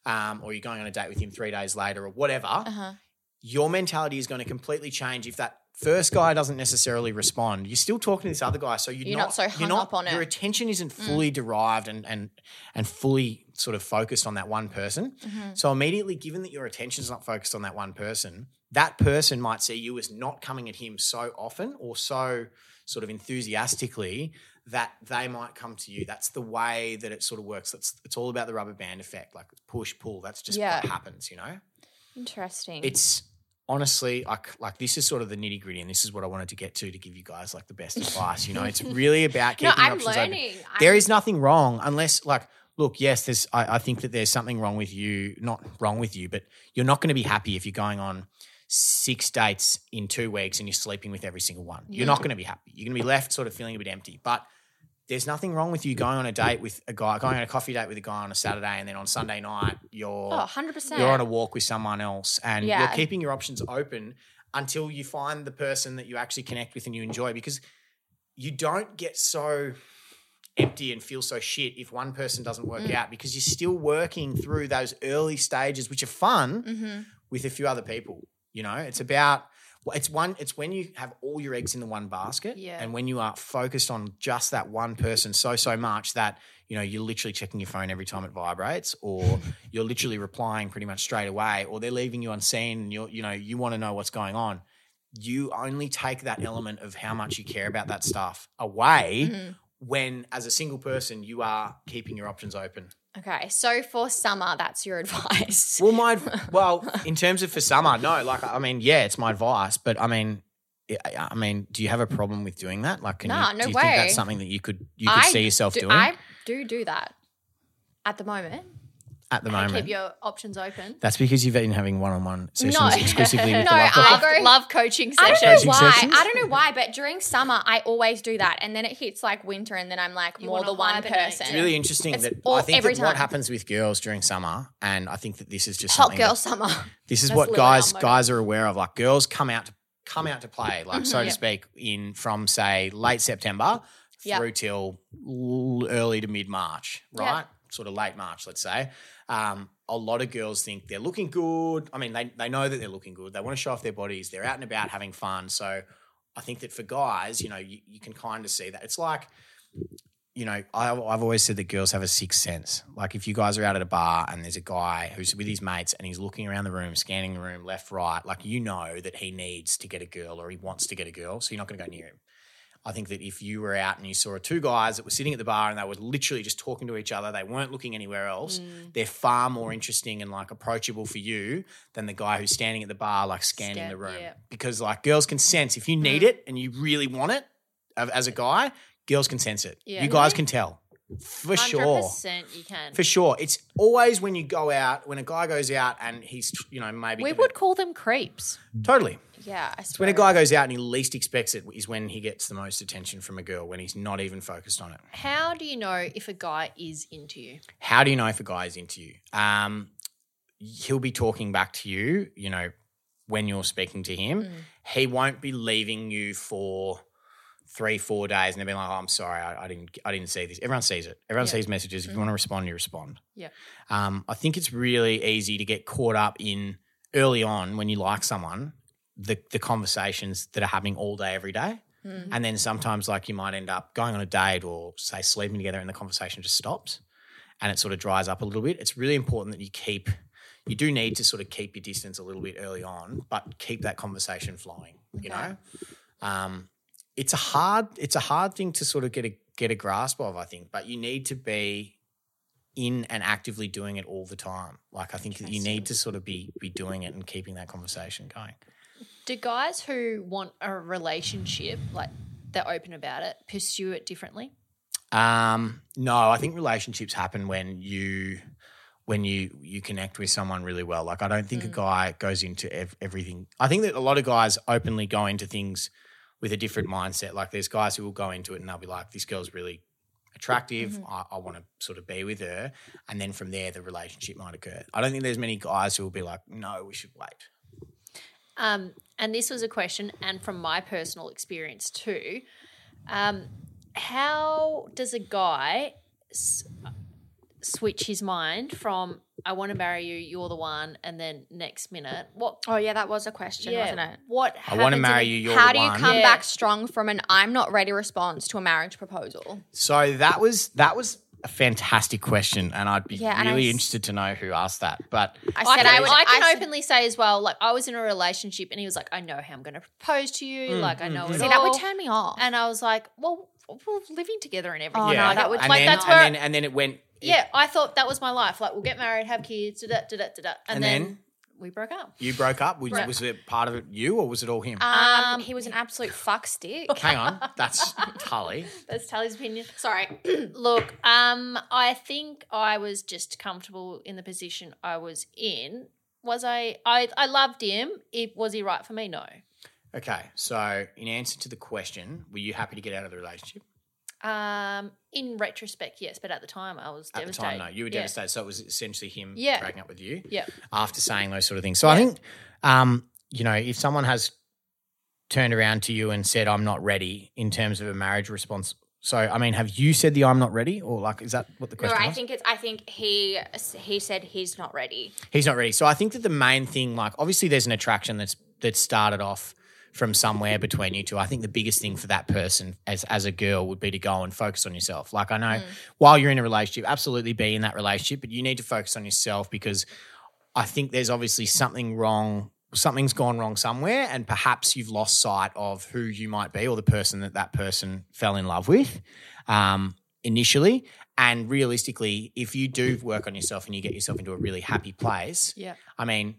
[SPEAKER 3] um, or you're going on a date with him three days later or whatever,
[SPEAKER 1] Uh-huh.
[SPEAKER 3] your mentality is going to completely change if that first guy doesn't necessarily respond. You're still talking to this other guy, so you're,
[SPEAKER 1] You're not so hung
[SPEAKER 3] you're not,
[SPEAKER 1] up on it. Mm.
[SPEAKER 3] Your attention isn't fully derived and and and fully sort of focused on that one person.
[SPEAKER 1] Mm-hmm.
[SPEAKER 3] So immediately, given that your attention's not focused on that one person, that person might see you as not coming at him so often or so sort of enthusiastically that they might come to you. That's the way that it sort of works. It's it's all about the rubber band effect, like push pull. That's just
[SPEAKER 1] Yeah.
[SPEAKER 3] what happens, you know.
[SPEAKER 1] Interesting.
[SPEAKER 3] It's honestly like like this is sort of the nitty gritty, and this is what I wanted to get to to give you guys like the best advice. You know, it's really about keeping
[SPEAKER 1] no,
[SPEAKER 3] your
[SPEAKER 1] I'm
[SPEAKER 3] options open.
[SPEAKER 1] learning. I'm-
[SPEAKER 3] There is nothing wrong unless like look yes there's I, I think that there's something wrong with you not wrong with you but you're not going to be happy if you're going on six dates in two weeks and you're sleeping with every single one you're not going to be happy you're going to be left sort of feeling a bit empty but there's nothing wrong with you going on a date with a guy going on a coffee date with a guy on a saturday and then on sunday night you're
[SPEAKER 1] oh, 100%.
[SPEAKER 3] you're on a walk with someone else and
[SPEAKER 1] Yeah.
[SPEAKER 3] you're keeping your options open until you find the person that you actually connect with and you enjoy because you don't get so empty and feel so shit if one person doesn't work out because you're still working through those early stages which are fun with a few other people you know it's about well, it's one it's when you have all your eggs in the one basket
[SPEAKER 2] Yeah.
[SPEAKER 3] and when you are focused on just that one person so so much that you know you're literally checking your phone every time it vibrates or you're literally replying pretty much straight away or they're leaving you unseen and you're you know you want to know what's going on you only take that element of how much you care about that stuff away when as a single person you are keeping your options open
[SPEAKER 1] okay, so for summer, that's your advice.
[SPEAKER 3] well my well in terms of for summer no like i mean yeah it's my advice but i mean I- I mean, do you have a problem with doing that? Like, can
[SPEAKER 1] Nah,
[SPEAKER 3] you,
[SPEAKER 1] no
[SPEAKER 3] do you think
[SPEAKER 1] way.
[SPEAKER 3] that's something that you could you could see yourself
[SPEAKER 1] do,
[SPEAKER 3] doing
[SPEAKER 1] I do do that at the moment.
[SPEAKER 3] at the
[SPEAKER 2] Keep
[SPEAKER 3] moment?
[SPEAKER 2] your options open.
[SPEAKER 3] That's because you've been having one-on-one sessions exclusively with
[SPEAKER 1] No,
[SPEAKER 3] the love
[SPEAKER 1] I
[SPEAKER 3] doctor.
[SPEAKER 2] Love,
[SPEAKER 1] go-
[SPEAKER 2] love coaching
[SPEAKER 1] I
[SPEAKER 2] sessions.
[SPEAKER 1] don't
[SPEAKER 3] Coaching
[SPEAKER 1] know why.
[SPEAKER 3] sessions?
[SPEAKER 1] I don't know why, but during summer, I always do that. And then it hits like winter, and then I'm like more
[SPEAKER 2] wanna
[SPEAKER 1] the one
[SPEAKER 2] hibernate.
[SPEAKER 1] person.
[SPEAKER 3] It's really interesting
[SPEAKER 1] It's
[SPEAKER 3] that
[SPEAKER 1] all-
[SPEAKER 3] I think
[SPEAKER 1] every
[SPEAKER 3] that what
[SPEAKER 1] time.
[SPEAKER 3] happens with girls during summer, and I think that this is just
[SPEAKER 1] Hot
[SPEAKER 3] something that-
[SPEAKER 1] girl summer.
[SPEAKER 3] This is
[SPEAKER 2] That's
[SPEAKER 3] what
[SPEAKER 2] living our
[SPEAKER 3] guys
[SPEAKER 2] moment.
[SPEAKER 3] guys are aware of. Like girls come out to come out to play,
[SPEAKER 1] Mm-hmm,
[SPEAKER 3] like so to speak, in from say late September
[SPEAKER 1] Yeah.
[SPEAKER 3] through till l- early to mid March,
[SPEAKER 1] Yeah.
[SPEAKER 3] right? Sort of late March, let's say. Um, a lot of girls think they're looking good. I mean, they they know that they're looking good. They want to show off their bodies. They're out and about having fun. So I think that for guys, you know, you, you can kind of see that. It's like you know, I, I've always said that girls have a sixth sense. Like, if you guys are out at a bar and there's a guy who's with his mates and he's looking around the room, scanning the room left, right, like, you know that he needs to get a girl or he wants to get a girl. So you're not going to go near him. I think that if you were out and you saw two guys that were sitting at the bar and they were literally just talking to each other, they weren't looking anywhere else,
[SPEAKER 2] Mm.
[SPEAKER 3] they're far more interesting and like approachable for you than the guy who's standing at the bar, like scanning
[SPEAKER 2] Scan-
[SPEAKER 3] the room.
[SPEAKER 2] yeah. Mm.
[SPEAKER 3] Because, like, girls can sense if you need it and you really want it a- as a guy, girls can sense it.
[SPEAKER 2] Yeah.
[SPEAKER 3] You guys can tell for sure.
[SPEAKER 2] 100% you can.
[SPEAKER 3] For sure, it's always when you go out, when a guy goes out and he's, you know, maybe
[SPEAKER 2] we
[SPEAKER 3] gonna-
[SPEAKER 2] would call them creeps.
[SPEAKER 3] totally.
[SPEAKER 1] yeah, I
[SPEAKER 3] It's when
[SPEAKER 1] swear.
[SPEAKER 3] a guy goes out and he least expects it is when he gets the most attention from a girl when he's not even focused on it.
[SPEAKER 2] How do you know if a guy is into you?
[SPEAKER 3] How do you know if a guy is into you? Um, he'll be talking back to you, you know, when you're speaking to him. He won't be leaving you for three, four days and they'll be like, oh, I'm sorry, I, I didn't I didn't see this. Everyone sees it. Everyone sees messages. If you want to respond, you respond.
[SPEAKER 2] Yeah.
[SPEAKER 3] Um, I think it's really easy to get caught up in early on when you like someone, the the conversations that are happening all day every day. And then sometimes like you might end up going on a date or say sleeping together and the conversation just stops and it sort of dries up a little bit. It's really important that you keep you do need to sort of keep your distance a little bit early on, but keep that conversation flowing, you know? Um, it's a hard it's a hard thing to sort of get a get a grasp of, I think, but you need to be in and actively doing it all the time. Like I think that you need to sort of be be doing it and keeping that conversation going.
[SPEAKER 2] Do guys who want a relationship, like they're open about it, pursue it differently?
[SPEAKER 3] Um, no, I think relationships happen when you when you you connect with someone really well. Like I don't think a guy goes into ev- everything. I think that a lot of guys openly go into things with a different mindset. Like there's guys who will go into it and they'll be like, "This girl's really attractive. I, I want to sort of be with her," and then from there the relationship might occur. I don't think there's many guys who will be like, "No, we should wait."
[SPEAKER 2] Um, and this was a question, and from my personal experience too. Um, how does a guy s- switch his mind from "I want to marry you, you're the one," and then next minute, what?
[SPEAKER 4] Oh yeah, that was a question, wasn't it?
[SPEAKER 2] What?
[SPEAKER 3] I want to
[SPEAKER 2] happens
[SPEAKER 3] marry
[SPEAKER 2] in-
[SPEAKER 3] you. You're
[SPEAKER 4] How
[SPEAKER 3] the
[SPEAKER 4] do you
[SPEAKER 3] one.
[SPEAKER 4] come
[SPEAKER 2] Yeah.
[SPEAKER 4] back strong from an "I'm not ready" response to a marriage proposal?
[SPEAKER 3] So that was that was a fantastic question, and I'd be
[SPEAKER 4] Yeah, and I
[SPEAKER 3] really
[SPEAKER 4] s-
[SPEAKER 3] interested to know who asked that. But
[SPEAKER 4] I
[SPEAKER 2] I
[SPEAKER 4] said
[SPEAKER 2] can,
[SPEAKER 4] I would.
[SPEAKER 2] I can
[SPEAKER 4] said-
[SPEAKER 2] openly say as well, like I was in a relationship, and he was like, "I know how I'm going to propose to you. like I know
[SPEAKER 4] Mm,
[SPEAKER 2] it
[SPEAKER 4] See, that would
[SPEAKER 2] all."
[SPEAKER 4] turn me off.
[SPEAKER 2] And I was like, "Well, we're living together and everything."
[SPEAKER 4] Oh, no,
[SPEAKER 2] Like,
[SPEAKER 4] that would-
[SPEAKER 3] and
[SPEAKER 2] like
[SPEAKER 3] then,
[SPEAKER 2] that's
[SPEAKER 3] and
[SPEAKER 2] where
[SPEAKER 3] then and then it went. it-
[SPEAKER 2] Yeah, I thought that was my life. Like, we'll get married, have kids, da da da da da. da. And,
[SPEAKER 3] And
[SPEAKER 2] then,
[SPEAKER 3] then?
[SPEAKER 2] we broke up.
[SPEAKER 3] you broke up. Was, was it part of it you or was it all him?
[SPEAKER 4] um, he was an absolute fuck stick.
[SPEAKER 3] Hang on, that's Tully.
[SPEAKER 2] That's Tally's opinion.
[SPEAKER 4] Sorry.
[SPEAKER 2] Look, um, I think I was just comfortable in the position I was in. Was I? I, I loved him. It, was he right for me? No.
[SPEAKER 3] Okay, so in answer to the question, were you happy to get out of the relationship?
[SPEAKER 2] Um, in retrospect, yes, but at the time I was
[SPEAKER 3] At the
[SPEAKER 2] devastated.
[SPEAKER 3] time, no, you were
[SPEAKER 2] Yeah.
[SPEAKER 3] devastated. So it was essentially him
[SPEAKER 2] Yeah.
[SPEAKER 3] breaking up with you.
[SPEAKER 2] Yeah.
[SPEAKER 3] after saying those sort of things. So I think, um, you know, if someone has turned around to you and said, "I'm not ready," in terms of a marriage response. So I mean, have you said the "I'm not ready" or like is that what the
[SPEAKER 4] No,
[SPEAKER 3] question?
[SPEAKER 4] I
[SPEAKER 3] was?
[SPEAKER 4] think it's. I think he he said he's not ready.
[SPEAKER 3] he's not ready. So I think that the main thing, like, obviously, there's an attraction that's that started off from somewhere between you two. I think the biggest thing for that person as as a girl would be to go and focus on yourself. Like I know
[SPEAKER 4] Hmm.
[SPEAKER 3] while you're in a relationship, absolutely be in that relationship, but you need to focus on yourself because I think there's obviously something wrong. Something's gone wrong somewhere, and perhaps you've lost sight of who you might be or the person that that person fell in love with um, initially. And realistically, if you do work on yourself and you get yourself into a really happy place,
[SPEAKER 2] Yeah.
[SPEAKER 3] I mean,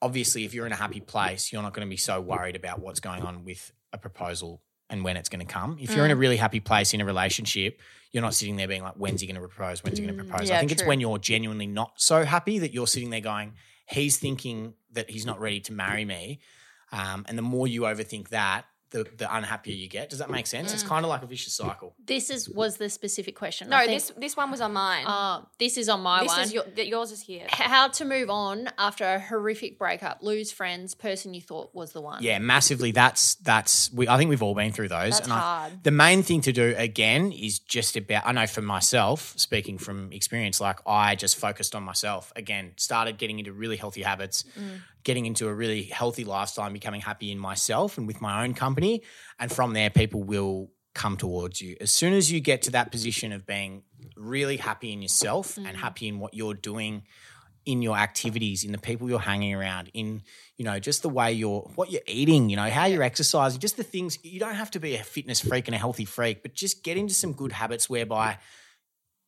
[SPEAKER 3] obviously, if you're in a happy place, you're not going to be so worried about what's going on with a proposal and when it's going to come. If you're
[SPEAKER 4] Mm.
[SPEAKER 3] in a really happy place in a relationship, you're not sitting there being like, when's he going to propose? When's he going to propose? I
[SPEAKER 4] yeah,
[SPEAKER 3] think it's
[SPEAKER 4] true.
[SPEAKER 3] when you're genuinely not so happy that you're sitting there going, he's thinking that he's not ready to marry me. Um, and the more you overthink that, the, the unhappier you get. Does that make sense?
[SPEAKER 4] Mm.
[SPEAKER 3] It's kind of like a vicious cycle.
[SPEAKER 2] This is was the specific question.
[SPEAKER 4] No,
[SPEAKER 2] I think-
[SPEAKER 4] this this one was on mine.
[SPEAKER 1] Oh,
[SPEAKER 2] Uh, this is on my
[SPEAKER 4] this
[SPEAKER 2] one.
[SPEAKER 4] is your, th- yours is here.
[SPEAKER 2] how to move on after a horrific breakup, lose friends, person you thought was the one.
[SPEAKER 3] Yeah, massively. That's that's. We, I think we've all been through those. and I,
[SPEAKER 4] hard.
[SPEAKER 3] The main thing to do again is just about. I know for myself, speaking from experience, like I just focused on myself again. Started getting into really healthy habits, getting into a really healthy lifestyle, and becoming happy in myself and with my own company. And from there, people will come towards you as soon as you get to that position of being really happy in yourself and happy in what you're doing in your activities, in the people you're hanging around, in you know just the way you're, what you're eating, you know how you're exercising, just the things. You don't have to be a fitness freak and a healthy freak, but just get into some good habits whereby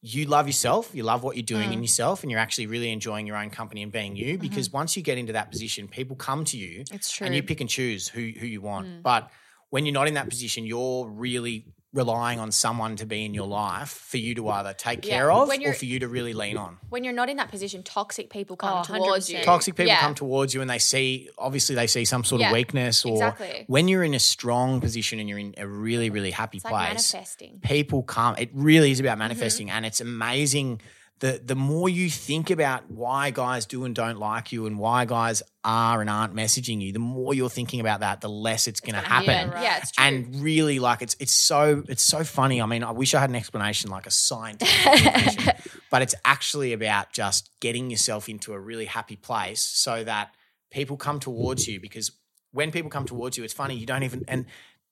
[SPEAKER 3] you love yourself, you love what you're doing
[SPEAKER 4] Mm.
[SPEAKER 3] in yourself, and you're actually really enjoying your own company and being you. Because once you get into that position, people come to you,
[SPEAKER 4] Mm-hmm. It's Mm.
[SPEAKER 3] and you pick and choose who who you want. But when you're not in that position, you're really relying on someone to be in your life for you to either take care of
[SPEAKER 4] When
[SPEAKER 3] or
[SPEAKER 4] you're-
[SPEAKER 3] for you to really lean on
[SPEAKER 4] When you're not in that position, toxic people
[SPEAKER 2] Oh,
[SPEAKER 4] come towards
[SPEAKER 2] 100%.
[SPEAKER 4] you.
[SPEAKER 3] toxic people
[SPEAKER 4] Yeah.
[SPEAKER 3] come towards you and they see obviously they see some sort of
[SPEAKER 4] Yeah,
[SPEAKER 3] weakness or
[SPEAKER 4] exactly.
[SPEAKER 3] when you're in a strong position and you're in a really really happy
[SPEAKER 4] like
[SPEAKER 3] place
[SPEAKER 4] manifesting. Mm-hmm.
[SPEAKER 3] people come it really is about manifesting and it's amazing the the more you think about why guys do and don't like you and why guys are and aren't messaging you, the more you're thinking about that, the less it's going to happen.
[SPEAKER 4] right. Yeah, it's true.
[SPEAKER 3] And really, like it's it's so it's so funny. I mean, I wish I had an explanation like a scientific explanation, but it's actually about just getting yourself into a really happy place so that people come towards you because when people come towards you, it's funny you don't even and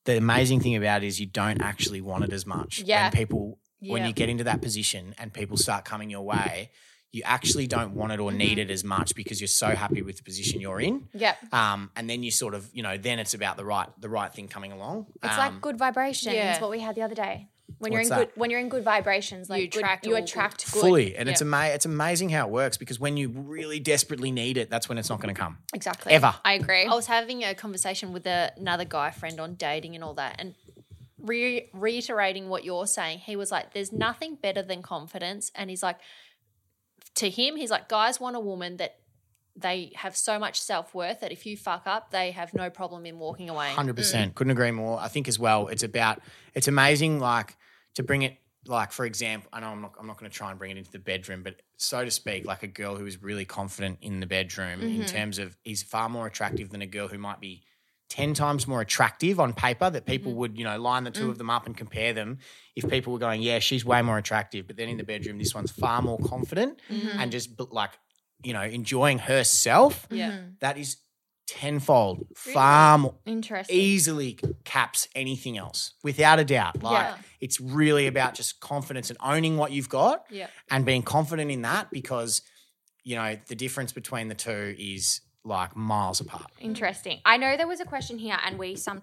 [SPEAKER 3] the amazing thing about it is you don't actually want it as much.
[SPEAKER 4] Yeah.
[SPEAKER 3] When people when
[SPEAKER 2] Yeah.
[SPEAKER 3] you get into that position and people start coming your way, you actually don't want it or
[SPEAKER 4] Mm-hmm.
[SPEAKER 3] need it as much because you're so happy with the position you're in.
[SPEAKER 4] Yeah.
[SPEAKER 3] Um, and then you sort of, you know, then it's about the right the right thing coming along. Um,
[SPEAKER 4] It's like good vibrations.
[SPEAKER 2] yeah.
[SPEAKER 4] What we had the other day. When you're in
[SPEAKER 3] What's
[SPEAKER 4] good,
[SPEAKER 3] that?
[SPEAKER 4] when you're in good vibrations, like
[SPEAKER 2] You
[SPEAKER 4] you
[SPEAKER 2] attract
[SPEAKER 4] attract, you
[SPEAKER 2] all good-
[SPEAKER 4] attract good.
[SPEAKER 3] fully, and it's ama- it's amazing how it works because when you really desperately need it, that's when it's not going to come.
[SPEAKER 4] Exactly.
[SPEAKER 3] Ever.
[SPEAKER 4] I agree.
[SPEAKER 2] I was having a conversation with a- another guy friend on dating and all that, and re- reiterating what you're saying, he was like, "There's nothing better than confidence," and he's like, to him, he's like, "Guys want a woman that." They have so much self worth that if you fuck up, they have no problem in walking away.
[SPEAKER 3] Hundred percent. Couldn't agree more. I think as well, it's about it's amazing, like to bring it, like for example, I know I'm not I'm not going to try and bring it into the bedroom, but so to speak, like a girl who is really confident in the bedroom in terms of is far more attractive than a girl who might be. 10 times more attractive on paper that people would, you know, line the two of them up and compare them. If people were going, yeah, she's way more attractive, but then in the bedroom, this one's far more confident and just but, like, you know, enjoying herself.
[SPEAKER 2] Yeah.
[SPEAKER 3] That is tenfold, far more,
[SPEAKER 4] Interesting.
[SPEAKER 3] E- easily caps anything else without a doubt. Like
[SPEAKER 2] Yeah.
[SPEAKER 3] it's really about just confidence and owning what you've got
[SPEAKER 2] Yeah.
[SPEAKER 3] and being confident in that because you know the difference between the two is like miles apart.
[SPEAKER 4] Interesting. I know there was a question here, and we some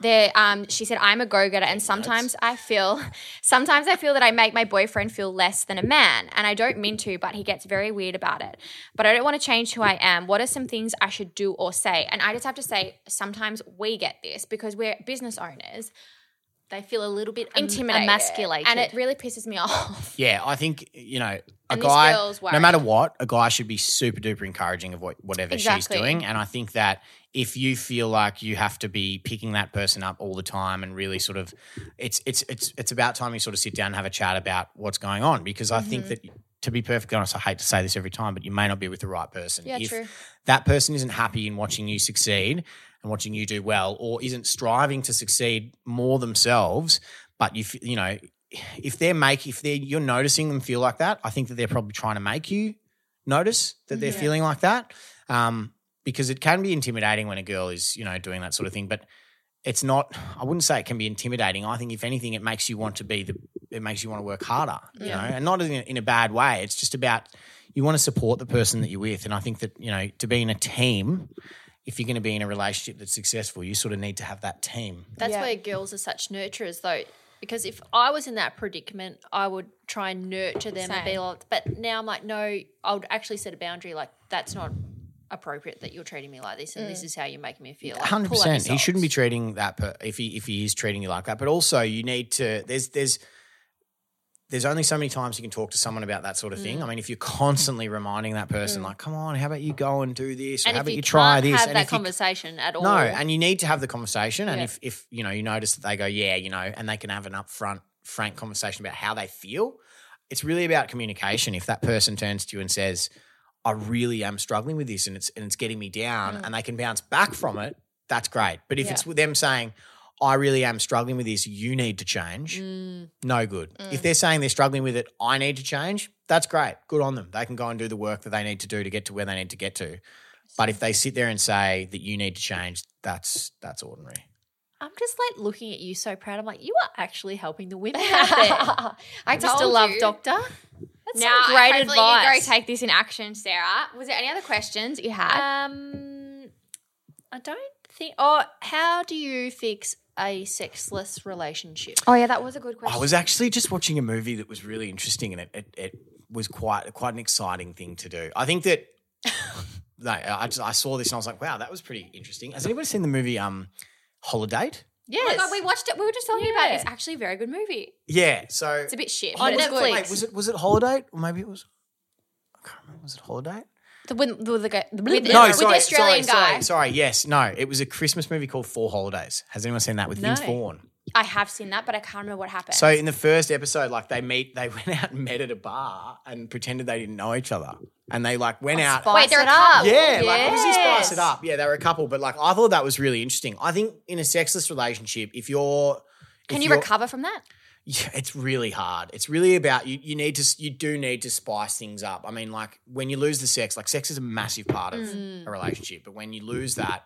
[SPEAKER 4] there. Um, she said, "I'm a go-getter, and sometimes I feel, sometimes I feel that I make my boyfriend feel less than a man, and I don't mean to, but he gets very weird about it. But I don't want to change who I am. What are some things I should do or say? And I just have to say, sometimes we get this because we're business owners,
[SPEAKER 2] They feel a little bit em-
[SPEAKER 4] intimidated,
[SPEAKER 2] emasculated.
[SPEAKER 4] and it really pisses me off.
[SPEAKER 3] Yeah, I think you know a
[SPEAKER 4] And this
[SPEAKER 3] guy.
[SPEAKER 4] girl's
[SPEAKER 3] No
[SPEAKER 4] worried.
[SPEAKER 3] matter what, a guy should be super duper encouraging of what, whatever
[SPEAKER 4] Exactly.
[SPEAKER 3] she's doing. And I think that if you feel like you have to be picking that person up all the time and really sort of, it's it's it's it's about time you sort of sit down and have a chat about what's going on because I
[SPEAKER 4] Mm-hmm.
[SPEAKER 3] think that. To be perfectly honest, I hate to say this every time, but you may not be with the right person.
[SPEAKER 4] Yeah,
[SPEAKER 3] if
[SPEAKER 4] true.
[SPEAKER 3] that person isn't happy in watching you succeed and watching you do well, or isn't striving to succeed more themselves, but you f- you know if they're make if they're you're noticing them feel like that, I think that they're probably trying to make you notice that they're feeling like that. Um, because it can be intimidating when a girl is, you know, doing that sort of thing. But it's not I wouldn't say it can be intimidating. I think if anything, it makes you want to be the it makes you want to work harder. You know, and not in a, in a bad way. It's just about you want to support the person that you're with. And I think that, you know, to be in a team, if you're going to be in a relationship that's successful, you sort of need to have that team.
[SPEAKER 2] That's where girls are such nurturers, though. Because if I was in that predicament, I would try and nurture them and be
[SPEAKER 4] Same.
[SPEAKER 2] like, but now I'm like, no, I would actually set a boundary. Like, that's not appropriate that you're treating me like this, and this is how you're making me feel. Like, pull up
[SPEAKER 3] Mm. hundred percent. He
[SPEAKER 2] yourselves.
[SPEAKER 3] shouldn't be treating that per, if he if he is treating you like that. But also, you need to. There's there's there's only so many times you can talk to someone about that sort of
[SPEAKER 2] Mm.
[SPEAKER 3] thing. I mean, if you're constantly reminding that person, like, come on, how about you go and do this, or
[SPEAKER 2] And
[SPEAKER 3] how
[SPEAKER 2] if
[SPEAKER 3] about
[SPEAKER 2] you,
[SPEAKER 3] you, try
[SPEAKER 2] can't
[SPEAKER 3] this,
[SPEAKER 2] have
[SPEAKER 3] and
[SPEAKER 2] that
[SPEAKER 3] if you-
[SPEAKER 2] conversation at all,
[SPEAKER 3] no, and you need to have the conversation. And
[SPEAKER 2] Yeah.
[SPEAKER 3] if if you know you notice that they go, yeah, you know, and they can have an upfront, frank conversation about how they feel. It's really about communication. If that person turns to you and says, "I really am struggling with this, and it's and it's getting me down,"
[SPEAKER 2] Mm.
[SPEAKER 3] and they can bounce back from it, that's great. But if it's with them saying, "I really am struggling with this, you need to change,"
[SPEAKER 2] Mm.
[SPEAKER 3] no good. If they're saying they're struggling with it, I need to change, that's great. Good on them. They can go and do the work that they need to do to get to where they need to get to. But if they sit there and say that you need to change, that's that's ordinary.
[SPEAKER 2] I'm just like looking at you so proud. I'm like, you are actually helping the women out
[SPEAKER 4] I
[SPEAKER 2] there,
[SPEAKER 4] told
[SPEAKER 2] Mr. Love
[SPEAKER 4] you.
[SPEAKER 2] Doctor. That's some
[SPEAKER 4] Now,
[SPEAKER 2] great
[SPEAKER 4] hopefully
[SPEAKER 2] advice.
[SPEAKER 4] you go take this in action, Sarah. Was there any other questions that you had?
[SPEAKER 2] Um, I don't think. Oh, how do you fix a sexless relationship?
[SPEAKER 4] oh yeah, that was a good question.
[SPEAKER 3] I was actually just watching a movie that was really interesting, and it it, it was quite quite an exciting thing to do. I think that no, I just I saw this and I was like, wow, that was pretty interesting. Has anybody seen the movie um, Holiday?
[SPEAKER 2] Yes.
[SPEAKER 4] Oh my god, we watched it. We were just talking about
[SPEAKER 2] Yeah.
[SPEAKER 4] it. It's actually a very good movie.
[SPEAKER 3] Yeah, so
[SPEAKER 4] It's a bit shit.
[SPEAKER 2] On
[SPEAKER 4] but it's
[SPEAKER 2] Netflix.
[SPEAKER 3] Wait, Oh, was it was it Holiday or maybe it was? I can't remember. Was it Holiday?
[SPEAKER 4] The, with, the, guy- the, with,
[SPEAKER 3] No,
[SPEAKER 4] with
[SPEAKER 3] sorry,
[SPEAKER 4] the Australian
[SPEAKER 3] sorry,
[SPEAKER 4] guy.
[SPEAKER 3] Sorry, sorry, yes, no. It was a Christmas movie called Four Holidays. Has anyone seen that with Vince
[SPEAKER 2] No.
[SPEAKER 3] Vaughn?
[SPEAKER 4] I have seen that, but I can't remember what happened.
[SPEAKER 3] So in the first episode, like they meet, they went out and met at a bar and pretended they didn't know each other, and they like went out.
[SPEAKER 4] Oh, Wait, they're
[SPEAKER 1] Spice it
[SPEAKER 4] a couple.
[SPEAKER 1] up.
[SPEAKER 3] Yeah, like obviously spice
[SPEAKER 4] Yes.
[SPEAKER 3] it up. Yeah, they were a couple, but like I thought that was really interesting. I think in a sexless relationship, if you're
[SPEAKER 4] Can
[SPEAKER 3] if
[SPEAKER 4] you
[SPEAKER 3] you're-
[SPEAKER 4] recover from that?
[SPEAKER 3] Yeah, it's really hard. It's really about you. You need to. You do need to spice things up. I mean, like when you lose the sex, like sex is a massive part of a relationship. But when you lose that,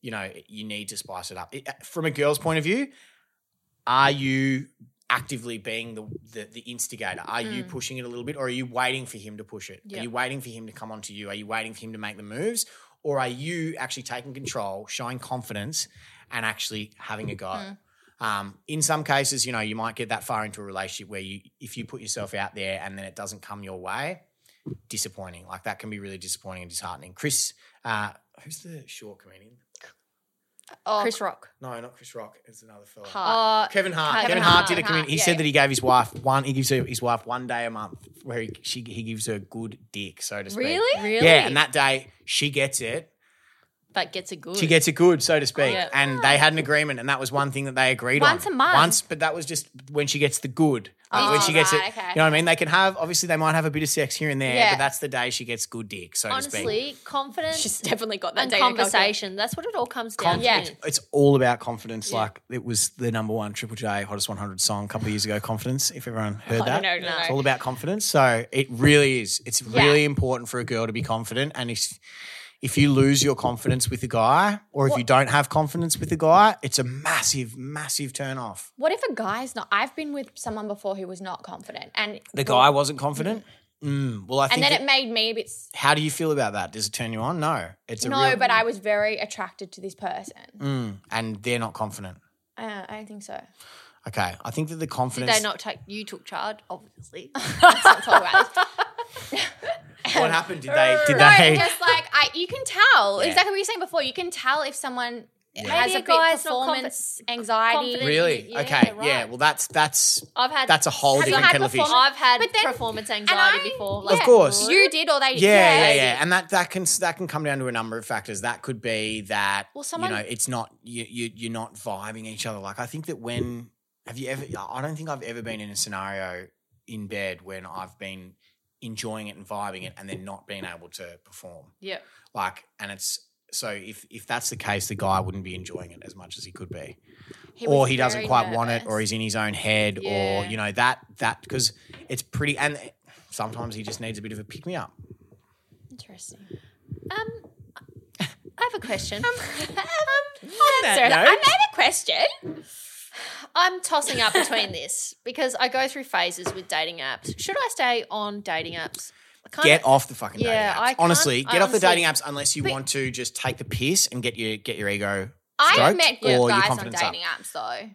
[SPEAKER 3] you know, you need to spice it up. It- uh, from a girl's point of view, are you actively being the the, the instigator? Are you pushing it a little bit, or are you waiting for him to push it? Are you waiting for him to come onto you? Are you waiting for him to make the moves, or are you actually taking control, showing confidence, and actually having a go? Um, in some cases, you know, you might get that far into a relationship where you, if you put yourself out there and then it doesn't come your way, disappointing. Like that can be really disappointing and disheartening. Chris, uh, who's the short comedian?
[SPEAKER 2] Oh,
[SPEAKER 4] Chris Rock.
[SPEAKER 3] No, not Chris Rock. It's another fella.
[SPEAKER 2] uh,
[SPEAKER 3] Kevin Hart. Kevin,
[SPEAKER 2] Kevin
[SPEAKER 3] Hart,
[SPEAKER 2] Hart.
[SPEAKER 3] did a comedian. He
[SPEAKER 2] yeah,
[SPEAKER 3] said that he gave his wife one. He gives her, his wife one day a month where he, she he gives her good dick, so to speak.
[SPEAKER 4] Really?
[SPEAKER 2] Really?
[SPEAKER 3] Yeah, and that day she gets it.
[SPEAKER 2] but gets it good.
[SPEAKER 3] She gets it good, so to speak.
[SPEAKER 2] Yeah.
[SPEAKER 3] And they had an agreement, and that was one thing that they agreed on.
[SPEAKER 4] Once a month? Oh,
[SPEAKER 3] Once, but that was just when she gets the good. Like, when she gets
[SPEAKER 4] right,
[SPEAKER 3] it.
[SPEAKER 4] okay.
[SPEAKER 3] You know what I mean? They can have, obviously, they might have a bit of sex here and there,
[SPEAKER 4] Yeah.
[SPEAKER 3] but that's the day she gets good dick, so to speak.
[SPEAKER 2] honestly confidence
[SPEAKER 4] She's definitely got that
[SPEAKER 2] and
[SPEAKER 4] data calculated.
[SPEAKER 2] conversation. That's what it all comes down
[SPEAKER 3] Conf-
[SPEAKER 2] to.
[SPEAKER 3] it's, it's all about confidence. Like it was the number one Triple J hottest 100 song a couple of years ago. Confidence, if everyone heard that,
[SPEAKER 4] no, no,
[SPEAKER 3] it's
[SPEAKER 4] no.
[SPEAKER 3] all about confidence. So it really is. It's really important for a girl to be confident. And if if you lose your confidence with a guy, or if you don't have confidence with a guy, it's a massive, massive turn off.
[SPEAKER 4] What if a guy's not? I've been with someone before who was not confident, and
[SPEAKER 3] The guy wasn't confident. Mm, well, I think.
[SPEAKER 4] and then
[SPEAKER 3] it-
[SPEAKER 4] it made me a bit. s-
[SPEAKER 3] how do you feel about that? Does it turn you on? No, it's a
[SPEAKER 4] No,
[SPEAKER 3] real,
[SPEAKER 4] but I was very attracted to this person.
[SPEAKER 3] and they're not confident.
[SPEAKER 4] Uh, I don't think so.
[SPEAKER 3] Okay, I think that the
[SPEAKER 2] Did
[SPEAKER 3] confidence.
[SPEAKER 2] they not take you took charge? Obviously.
[SPEAKER 4] Let's not talk about this.
[SPEAKER 3] What happened? Did they? Did
[SPEAKER 4] No,
[SPEAKER 3] they?
[SPEAKER 4] just like I, you can tell exactly what you were saying before. You can tell if someone has
[SPEAKER 2] Maybe
[SPEAKER 4] a
[SPEAKER 2] a
[SPEAKER 4] bit
[SPEAKER 2] guy's not confi-
[SPEAKER 4] performance anxiety.
[SPEAKER 2] confident.
[SPEAKER 3] Really?
[SPEAKER 2] Yeah,
[SPEAKER 3] okay.
[SPEAKER 2] right.
[SPEAKER 3] Yeah. Well, that's that's
[SPEAKER 2] I've had
[SPEAKER 3] that's a whole
[SPEAKER 4] Have you
[SPEAKER 3] different
[SPEAKER 4] had
[SPEAKER 3] kettle of fish.
[SPEAKER 4] performance-
[SPEAKER 2] I've had
[SPEAKER 4] But then-
[SPEAKER 2] performance
[SPEAKER 4] And
[SPEAKER 2] anxiety
[SPEAKER 4] I-
[SPEAKER 2] before.
[SPEAKER 3] Of course.
[SPEAKER 4] you did or they.
[SPEAKER 3] Yeah, yeah, yeah,
[SPEAKER 4] they did.
[SPEAKER 3] and that that can that can come down to a number of factors. That could be that
[SPEAKER 2] Well, someone-
[SPEAKER 3] you know it's not you, you you're not vibing each other. Like I think that when have you ever? I don't think I've ever been in a scenario in bed when I've been enjoying it and vibing it, and then not being able to perform.
[SPEAKER 2] Yeah.
[SPEAKER 3] Like, and it's so if if that's the case, the guy wouldn't be enjoying it as much as he could be. or
[SPEAKER 4] was
[SPEAKER 3] he doesn't
[SPEAKER 4] very
[SPEAKER 3] quite want it, or
[SPEAKER 4] nervous.
[SPEAKER 3] he's in his own head, or
[SPEAKER 2] Yeah.
[SPEAKER 3] you know that that because it's pretty. And sometimes he just needs a bit of a pick me up.
[SPEAKER 4] Interesting.
[SPEAKER 2] Um, I have a question.
[SPEAKER 4] Um,
[SPEAKER 3] that
[SPEAKER 4] Sarah, I
[SPEAKER 3] note-
[SPEAKER 4] made a question.
[SPEAKER 2] I'm tossing up between this because I go through phases with dating apps. Should I stay on dating apps? I kinda-
[SPEAKER 3] Get off the fucking
[SPEAKER 2] Yeah, I
[SPEAKER 3] dating apps.
[SPEAKER 2] can't-
[SPEAKER 3] Honestly,
[SPEAKER 2] I
[SPEAKER 3] get off the
[SPEAKER 2] honestly-
[SPEAKER 3] dating apps unless you want to just take the piss and get your get your ego.
[SPEAKER 4] I have
[SPEAKER 3] stroked
[SPEAKER 4] met
[SPEAKER 3] or
[SPEAKER 4] good
[SPEAKER 3] your
[SPEAKER 4] guys on
[SPEAKER 3] confidence up.
[SPEAKER 4] dating apps though.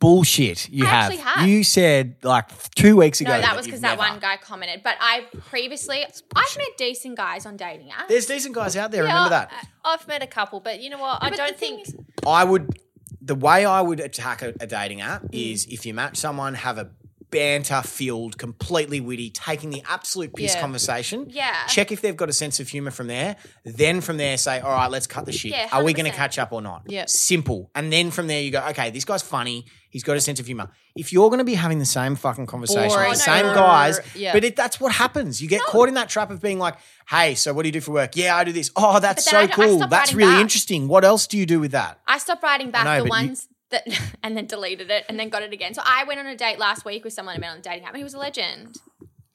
[SPEAKER 3] Bullshit. You
[SPEAKER 4] I
[SPEAKER 3] have.
[SPEAKER 4] actually have.
[SPEAKER 3] You said like two weeks ago.
[SPEAKER 4] No, that was
[SPEAKER 3] you've
[SPEAKER 4] because that
[SPEAKER 3] never-
[SPEAKER 4] one guy commented. But I previously, I've met decent guys on dating apps.
[SPEAKER 3] There's decent guys out there.
[SPEAKER 2] I-
[SPEAKER 3] remember that.
[SPEAKER 2] I've met a couple, but you know what? I
[SPEAKER 4] But the
[SPEAKER 2] don't
[SPEAKER 4] thing
[SPEAKER 2] think.
[SPEAKER 4] is-
[SPEAKER 3] I would. The way I would attack a, a dating app
[SPEAKER 4] Mm.
[SPEAKER 3] is if you match someone, have a banter filled, completely witty, taking the absolute piss
[SPEAKER 2] Yeah.
[SPEAKER 3] conversation.
[SPEAKER 4] Yeah.
[SPEAKER 3] Check if they've got a sense of humor from there. Then from there, say, all right, let's cut the shit.
[SPEAKER 4] Yeah,
[SPEAKER 3] Are we going to
[SPEAKER 4] 100%.
[SPEAKER 3] catch up or not?
[SPEAKER 2] Yeah.
[SPEAKER 3] Simple. And then from there, you go, okay, this guy's funny. He's got a sense of humor. If you're going to be having the same fucking conversation, with
[SPEAKER 2] Boring.
[SPEAKER 3] the same
[SPEAKER 2] No.
[SPEAKER 3] guys,
[SPEAKER 2] Yeah.
[SPEAKER 3] but it, that's what happens. You get caught in that trap of being like, hey, so what do you do for work? Yeah, I do this. Oh, that's
[SPEAKER 4] But then
[SPEAKER 3] so
[SPEAKER 4] I don't- I
[SPEAKER 3] cool.
[SPEAKER 4] stop
[SPEAKER 3] That's
[SPEAKER 4] writing
[SPEAKER 3] really
[SPEAKER 4] back.
[SPEAKER 3] interesting. What else do you do with that?
[SPEAKER 4] I stopped writing back
[SPEAKER 3] know,
[SPEAKER 4] the
[SPEAKER 3] but you-
[SPEAKER 4] ones that, and then deleted it, and then got it again. So I went on a date last week with someone I met on a dating app, and he was a legend.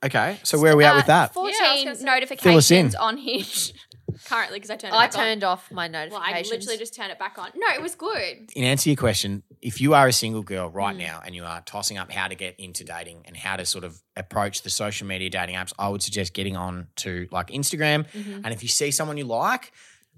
[SPEAKER 3] Okay, so where are we at
[SPEAKER 2] uh,
[SPEAKER 3] with that?
[SPEAKER 2] Yeah, I was
[SPEAKER 4] Fourteen
[SPEAKER 2] gonna say-
[SPEAKER 3] Fill us in.
[SPEAKER 4] notifications on Hinge currently because I turned. It
[SPEAKER 2] I
[SPEAKER 4] back
[SPEAKER 2] turned off my
[SPEAKER 4] On. Well, I
[SPEAKER 2] notifications.
[SPEAKER 4] literally just turned it back on. No, it was good.
[SPEAKER 3] In answer to your question, if you are a single girl right
[SPEAKER 2] Mm.
[SPEAKER 3] now and you are tossing up how to get into dating and how to sort of approach the social media dating apps, I would suggest getting on to like Instagram.
[SPEAKER 2] Mm-hmm.
[SPEAKER 3] And if you see someone you like,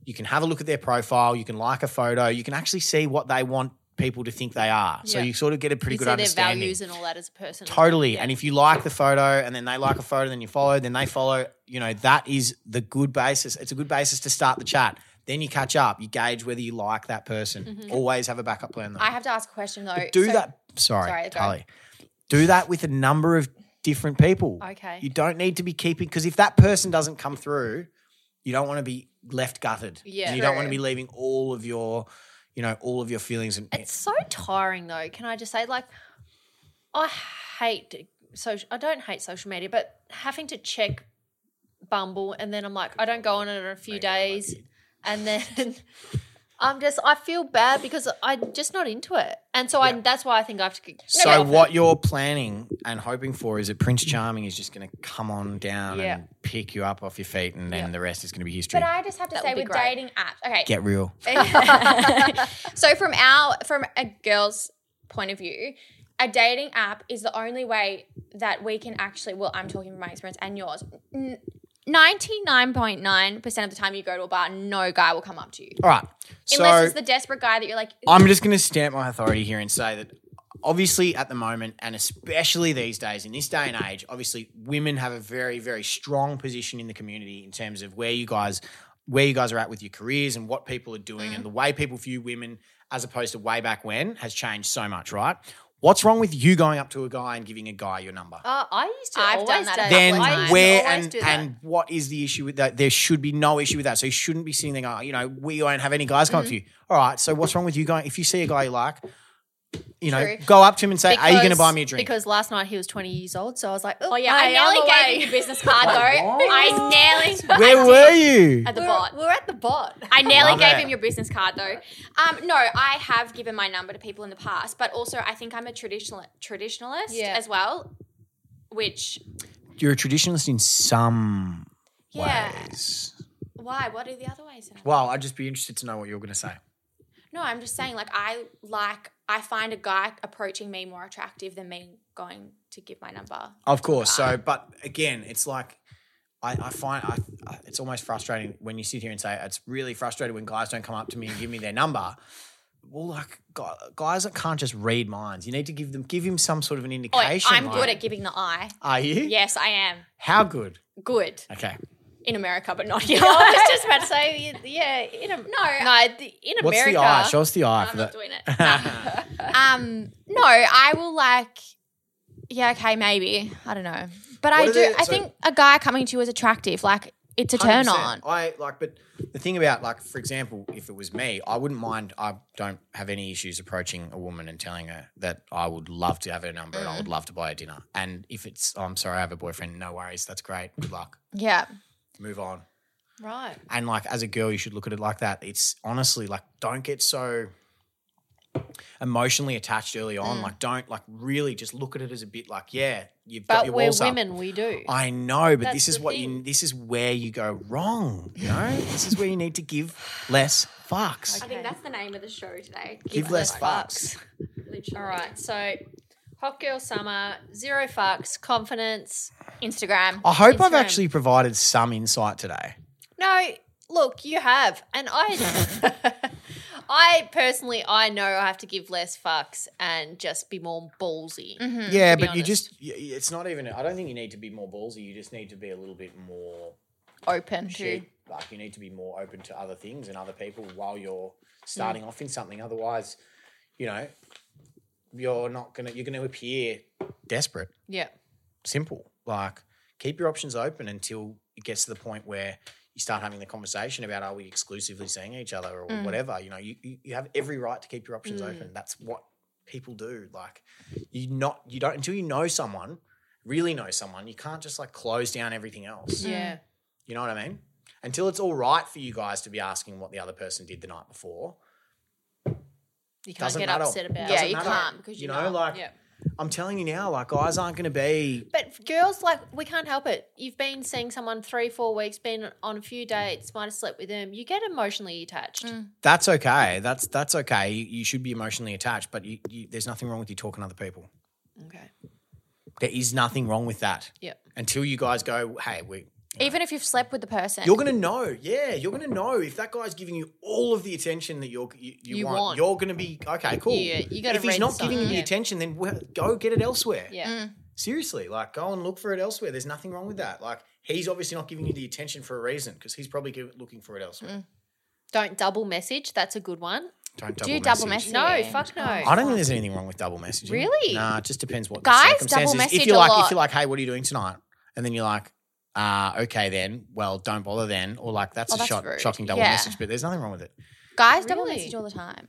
[SPEAKER 3] you can have a look at their profile, you can like a photo, you can actually see what they want people to think they are. So
[SPEAKER 2] Yeah.
[SPEAKER 3] you sort of get a pretty
[SPEAKER 2] you
[SPEAKER 3] good
[SPEAKER 2] see their
[SPEAKER 3] understanding.
[SPEAKER 2] values and all that as a person.
[SPEAKER 3] Totally. And if you like the photo and then they like a photo, then you follow, then they follow, you know, that is the good basis. It's a good basis to start the chat. Then you catch up, you gauge whether you like that person. Always have a backup plan though.
[SPEAKER 4] Mm-hmm. I have to ask a question though.
[SPEAKER 3] do
[SPEAKER 4] So-
[SPEAKER 3] that. Sorry,
[SPEAKER 4] Sorry, go.
[SPEAKER 3] Tali. Do that with a number of different people.
[SPEAKER 2] Okay.
[SPEAKER 3] You don't need to be keeping, because if that person doesn't come through, you don't want to be left gutted.
[SPEAKER 2] Yeah.
[SPEAKER 3] And you don't
[SPEAKER 2] True.
[SPEAKER 3] want to be leaving all of your, you know, all of your feelings and
[SPEAKER 2] It's so tiring though. Can I just say, like, I hate social. I don't hate social media, but having to check Bumble and then I'm like, I don't go on it in a few days, and then I'm just, I feel bad because I'm just not into it, and so I that's why I think I have to. get-
[SPEAKER 3] So what you're planning and hoping for is that Prince Charming is just going to come on down
[SPEAKER 2] Yeah.
[SPEAKER 3] and pick you up off your feet, and then the rest is going to be history.
[SPEAKER 1] But I just have to say
[SPEAKER 5] would be
[SPEAKER 1] with
[SPEAKER 5] great.
[SPEAKER 1] dating apps. Okay.
[SPEAKER 3] Get real.
[SPEAKER 1] so from our from a girl's point of view, a dating app is the only way that we can actually. Well, I'm talking from my experience and yours. Ninety nine point nine percent of the time you go to a bar, no guy will come up to you
[SPEAKER 3] All right. So
[SPEAKER 1] unless it's the desperate guy that you're like. "Oh,
[SPEAKER 3] I'm just going to stamp my authority here and say that obviously at the moment, and especially these days, in this day and age, obviously women have a very, very strong position in the community in terms of where you guys, where you guys are at with your careers and what people are doing and the way people view women as opposed to way back when has changed so much, right? What's wrong with you going up to a guy and giving a guy your number?
[SPEAKER 2] Oh, I used to
[SPEAKER 1] I've
[SPEAKER 2] always
[SPEAKER 1] done that a
[SPEAKER 2] date-
[SPEAKER 3] then
[SPEAKER 1] couple of
[SPEAKER 2] I used
[SPEAKER 1] times.
[SPEAKER 2] to
[SPEAKER 3] where
[SPEAKER 2] always
[SPEAKER 3] and
[SPEAKER 2] do that.
[SPEAKER 3] and what is the issue with that? There should be no issue with that. So you shouldn't be sitting there going, oh, you know, we won't have any guys come up
[SPEAKER 2] Mm-hmm.
[SPEAKER 3] to you. All right. So what's wrong with you going? If you see a guy you like, you know,
[SPEAKER 1] True.
[SPEAKER 3] go up to him and say, "Are you going to
[SPEAKER 2] Because-
[SPEAKER 3] buy me a drink?"
[SPEAKER 2] Because last night he was 20 years old, so I was like, oh
[SPEAKER 1] Oh yeah, I nearly gave him your business card though. I nearly
[SPEAKER 3] where were you?
[SPEAKER 1] at the
[SPEAKER 2] We're,
[SPEAKER 1] bot.
[SPEAKER 2] we're at the bot.
[SPEAKER 1] I nearly
[SPEAKER 3] Love
[SPEAKER 1] gave
[SPEAKER 3] it.
[SPEAKER 1] him your business card though. Um, no, I have given my number to people in the past, but also I think I'm a traditional traditionalist
[SPEAKER 2] Yeah.
[SPEAKER 1] as well. Which
[SPEAKER 3] You're a traditionalist in some
[SPEAKER 1] yeah,
[SPEAKER 3] ways.
[SPEAKER 1] why? What are the other ways? then?
[SPEAKER 3] Well, I'd just be interested to know what you're going to say.
[SPEAKER 1] No, I'm just saying like I like I find a guy approaching me more attractive than me going to give my number.
[SPEAKER 3] Of course.
[SPEAKER 1] Ah.
[SPEAKER 3] So, but again, it's like I, I find I, I- it's almost frustrating when you sit here and say it's really frustrating when guys don't come up to me and give me their number. Well, like gu- guys that can't just read minds, you need to give them give him some sort of an
[SPEAKER 1] Oi,
[SPEAKER 3] indication.
[SPEAKER 1] I'm good
[SPEAKER 3] like-
[SPEAKER 1] at giving the eye.
[SPEAKER 3] Are you?
[SPEAKER 1] Yes, I am
[SPEAKER 3] How good?
[SPEAKER 1] good
[SPEAKER 3] Okay.
[SPEAKER 1] in America, but not here.
[SPEAKER 2] I was just about to say, yeah, in a, no, no, the- in
[SPEAKER 3] What's
[SPEAKER 2] America,
[SPEAKER 3] the eye? Show us the eye for
[SPEAKER 1] I'm
[SPEAKER 3] that.
[SPEAKER 1] not doing it. Nah. um, no, I will like. Yeah, okay, maybe. I don't know, but I
[SPEAKER 3] are
[SPEAKER 1] do.
[SPEAKER 3] the-
[SPEAKER 1] I
[SPEAKER 3] so-
[SPEAKER 1] think a guy coming to you is attractive. Like it's a turn
[SPEAKER 3] 100%.
[SPEAKER 1] on.
[SPEAKER 3] I like, but the thing about like, for example, if it was me, I wouldn't mind. I don't have any issues approaching a woman and telling her that I would love to have her number and I would love to buy her dinner. And if it's, oh, I'm sorry, I have a boyfriend. No worries, that's great. Good luck.
[SPEAKER 1] Yeah,
[SPEAKER 3] Move on.
[SPEAKER 2] right?
[SPEAKER 3] And like, as a girl, you should look at it like that. It's honestly like, don't get so emotionally attached early on. Like, don't like really just look at it as a bit like, yeah, you've got
[SPEAKER 2] But
[SPEAKER 3] your
[SPEAKER 2] we're
[SPEAKER 3] walls up.
[SPEAKER 2] women, we do.
[SPEAKER 3] I know, but this
[SPEAKER 2] That's
[SPEAKER 3] is
[SPEAKER 2] the
[SPEAKER 3] what you. This is where you go wrong. You know, this is where you need to give less fucks.
[SPEAKER 1] I think that's the name of the show today.
[SPEAKER 3] Give less fucks.
[SPEAKER 1] Literally.
[SPEAKER 2] All right, so hot girl summer, zero fucks, confidence.
[SPEAKER 1] Instagram.
[SPEAKER 3] I hope I've
[SPEAKER 2] Instagram.
[SPEAKER 3] actually provided some insight today.
[SPEAKER 2] No, look, you have, and I, I personally, I know I have to give less fucks and just be more ballsy.
[SPEAKER 3] yeah,
[SPEAKER 2] be
[SPEAKER 3] but you
[SPEAKER 2] honest.
[SPEAKER 3] just. y- y- It's not even. I don't think you need to be more ballsy. You just need to be a little bit more.
[SPEAKER 1] Open.
[SPEAKER 3] Shit. Like you need to be more open to other things and other people while you're starting off in something. Otherwise, you know, you're not gonna. You're gonna appear desperate.
[SPEAKER 2] Yeah,
[SPEAKER 3] simple. Like, keep your options open until it gets to the point where you start having the conversation about are we exclusively seeing each other or
[SPEAKER 2] Mm.
[SPEAKER 3] whatever. You know, you, you you have every right to keep your options open. That's what people do. Like, you not you don't until you know someone, really know someone, you can't just like close down everything else.
[SPEAKER 2] yeah.
[SPEAKER 3] You know what I mean? Until it's all right for you guys to be asking what the other person did the night before.
[SPEAKER 2] You can't
[SPEAKER 3] Doesn't
[SPEAKER 2] get
[SPEAKER 3] matter.
[SPEAKER 2] upset about.
[SPEAKER 1] Yeah,
[SPEAKER 2] it.
[SPEAKER 1] you
[SPEAKER 3] matter.
[SPEAKER 1] can't because
[SPEAKER 3] you
[SPEAKER 1] you're
[SPEAKER 3] know,
[SPEAKER 1] not.
[SPEAKER 3] like
[SPEAKER 2] Yeah.
[SPEAKER 3] I'm telling you now, like guys aren't going to be
[SPEAKER 2] But girls, like, we can't help it. You've been seeing someone three, four weeks, been on a few dates, might have slept with them. You get emotionally attached.
[SPEAKER 3] That's okay. That's that's okay. You, you should be emotionally attached, but you, you, there's nothing wrong with you talking to other people.
[SPEAKER 2] Okay.
[SPEAKER 3] There is nothing wrong with that.
[SPEAKER 2] Yep.
[SPEAKER 3] Until you guys go, hey, we.
[SPEAKER 1] Even if you've slept with the person,
[SPEAKER 3] You're gonna know, yeah. You're gonna know if that guy's giving you all of the attention that you're you, you,
[SPEAKER 2] You
[SPEAKER 3] want,
[SPEAKER 2] want.
[SPEAKER 3] You're gonna be okay, cool.
[SPEAKER 2] Yeah, you gotta
[SPEAKER 3] if he's
[SPEAKER 2] read
[SPEAKER 3] not
[SPEAKER 2] the
[SPEAKER 3] giving you
[SPEAKER 2] signs,
[SPEAKER 3] the
[SPEAKER 2] yeah.
[SPEAKER 3] attention, then well, go get it elsewhere.
[SPEAKER 2] Yeah.
[SPEAKER 3] Seriously, like go and look for it elsewhere. There's nothing wrong with that. Like he's obviously not giving you the attention for a reason because he's probably give, looking for it elsewhere.
[SPEAKER 2] Mm. Don't double message. That's a good one.
[SPEAKER 3] Don't double
[SPEAKER 1] do
[SPEAKER 3] message.
[SPEAKER 1] double message.
[SPEAKER 2] No, fuck no.
[SPEAKER 3] I don't think there's anything wrong with double messaging.
[SPEAKER 2] Really?
[SPEAKER 3] Nah, it just depends what
[SPEAKER 1] Guys
[SPEAKER 3] the
[SPEAKER 1] double
[SPEAKER 3] circumstances. if
[SPEAKER 1] message
[SPEAKER 3] you're
[SPEAKER 1] a
[SPEAKER 3] like, if
[SPEAKER 1] lot.
[SPEAKER 3] you're like, hey, what are you doing tonight? And then you're like, uh, okay then. Well, don't bother then. Or like, that's
[SPEAKER 1] Oh,
[SPEAKER 3] a
[SPEAKER 1] that's
[SPEAKER 3] shot,
[SPEAKER 1] rude.
[SPEAKER 3] shocking double
[SPEAKER 1] Yeah.
[SPEAKER 3] message. But there's nothing wrong with it.
[SPEAKER 1] Guys double
[SPEAKER 2] Really?
[SPEAKER 1] message all the time.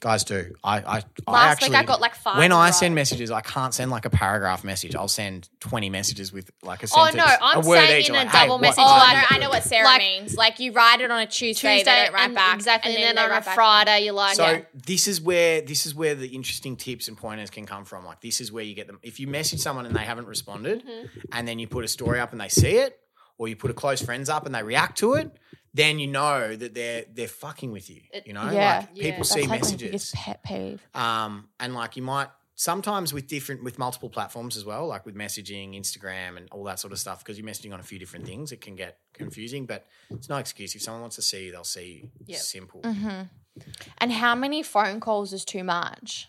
[SPEAKER 3] guys do. I, I, I
[SPEAKER 1] Last
[SPEAKER 3] actually,
[SPEAKER 1] week I got, like, five
[SPEAKER 3] When
[SPEAKER 1] in a
[SPEAKER 3] I
[SPEAKER 1] row.
[SPEAKER 3] send messages, I can't send like a paragraph message. I'll send twenty messages with like a
[SPEAKER 2] Oh,
[SPEAKER 3] sentence.
[SPEAKER 2] no, I'm
[SPEAKER 3] a word
[SPEAKER 2] saying
[SPEAKER 3] each.
[SPEAKER 2] in
[SPEAKER 3] like,
[SPEAKER 2] a
[SPEAKER 3] hey,
[SPEAKER 2] double
[SPEAKER 3] what-
[SPEAKER 2] message.
[SPEAKER 1] Oh, I
[SPEAKER 2] Like-
[SPEAKER 1] know, I know what Sarah
[SPEAKER 2] like-
[SPEAKER 1] means. Like you write it on a Tuesday, they
[SPEAKER 2] Tuesday,
[SPEAKER 1] don't write
[SPEAKER 2] and
[SPEAKER 1] back.
[SPEAKER 2] exactly, and,
[SPEAKER 1] they
[SPEAKER 2] then, on
[SPEAKER 1] write
[SPEAKER 2] a
[SPEAKER 1] back.
[SPEAKER 2] Friday you're like,
[SPEAKER 3] So
[SPEAKER 2] yeah.
[SPEAKER 3] this is where this is where the interesting tips and pointers can come from. Like this is where you get them. If you message someone and they haven't responded, and then you put a story up and they see it, or you put a close friends up and they react to it, then you know that they're they're fucking with you. You know,
[SPEAKER 1] yeah.
[SPEAKER 3] like people see messages.
[SPEAKER 1] pet peeve.
[SPEAKER 3] Um, and like you might sometimes with different with multiple platforms as well, like with messaging, Instagram, and all that sort of stuff, because you're messaging on a few different things, it can get confusing. But it's no excuse. If someone wants to see you, they'll see you. Simple.
[SPEAKER 1] And how many phone calls is too much?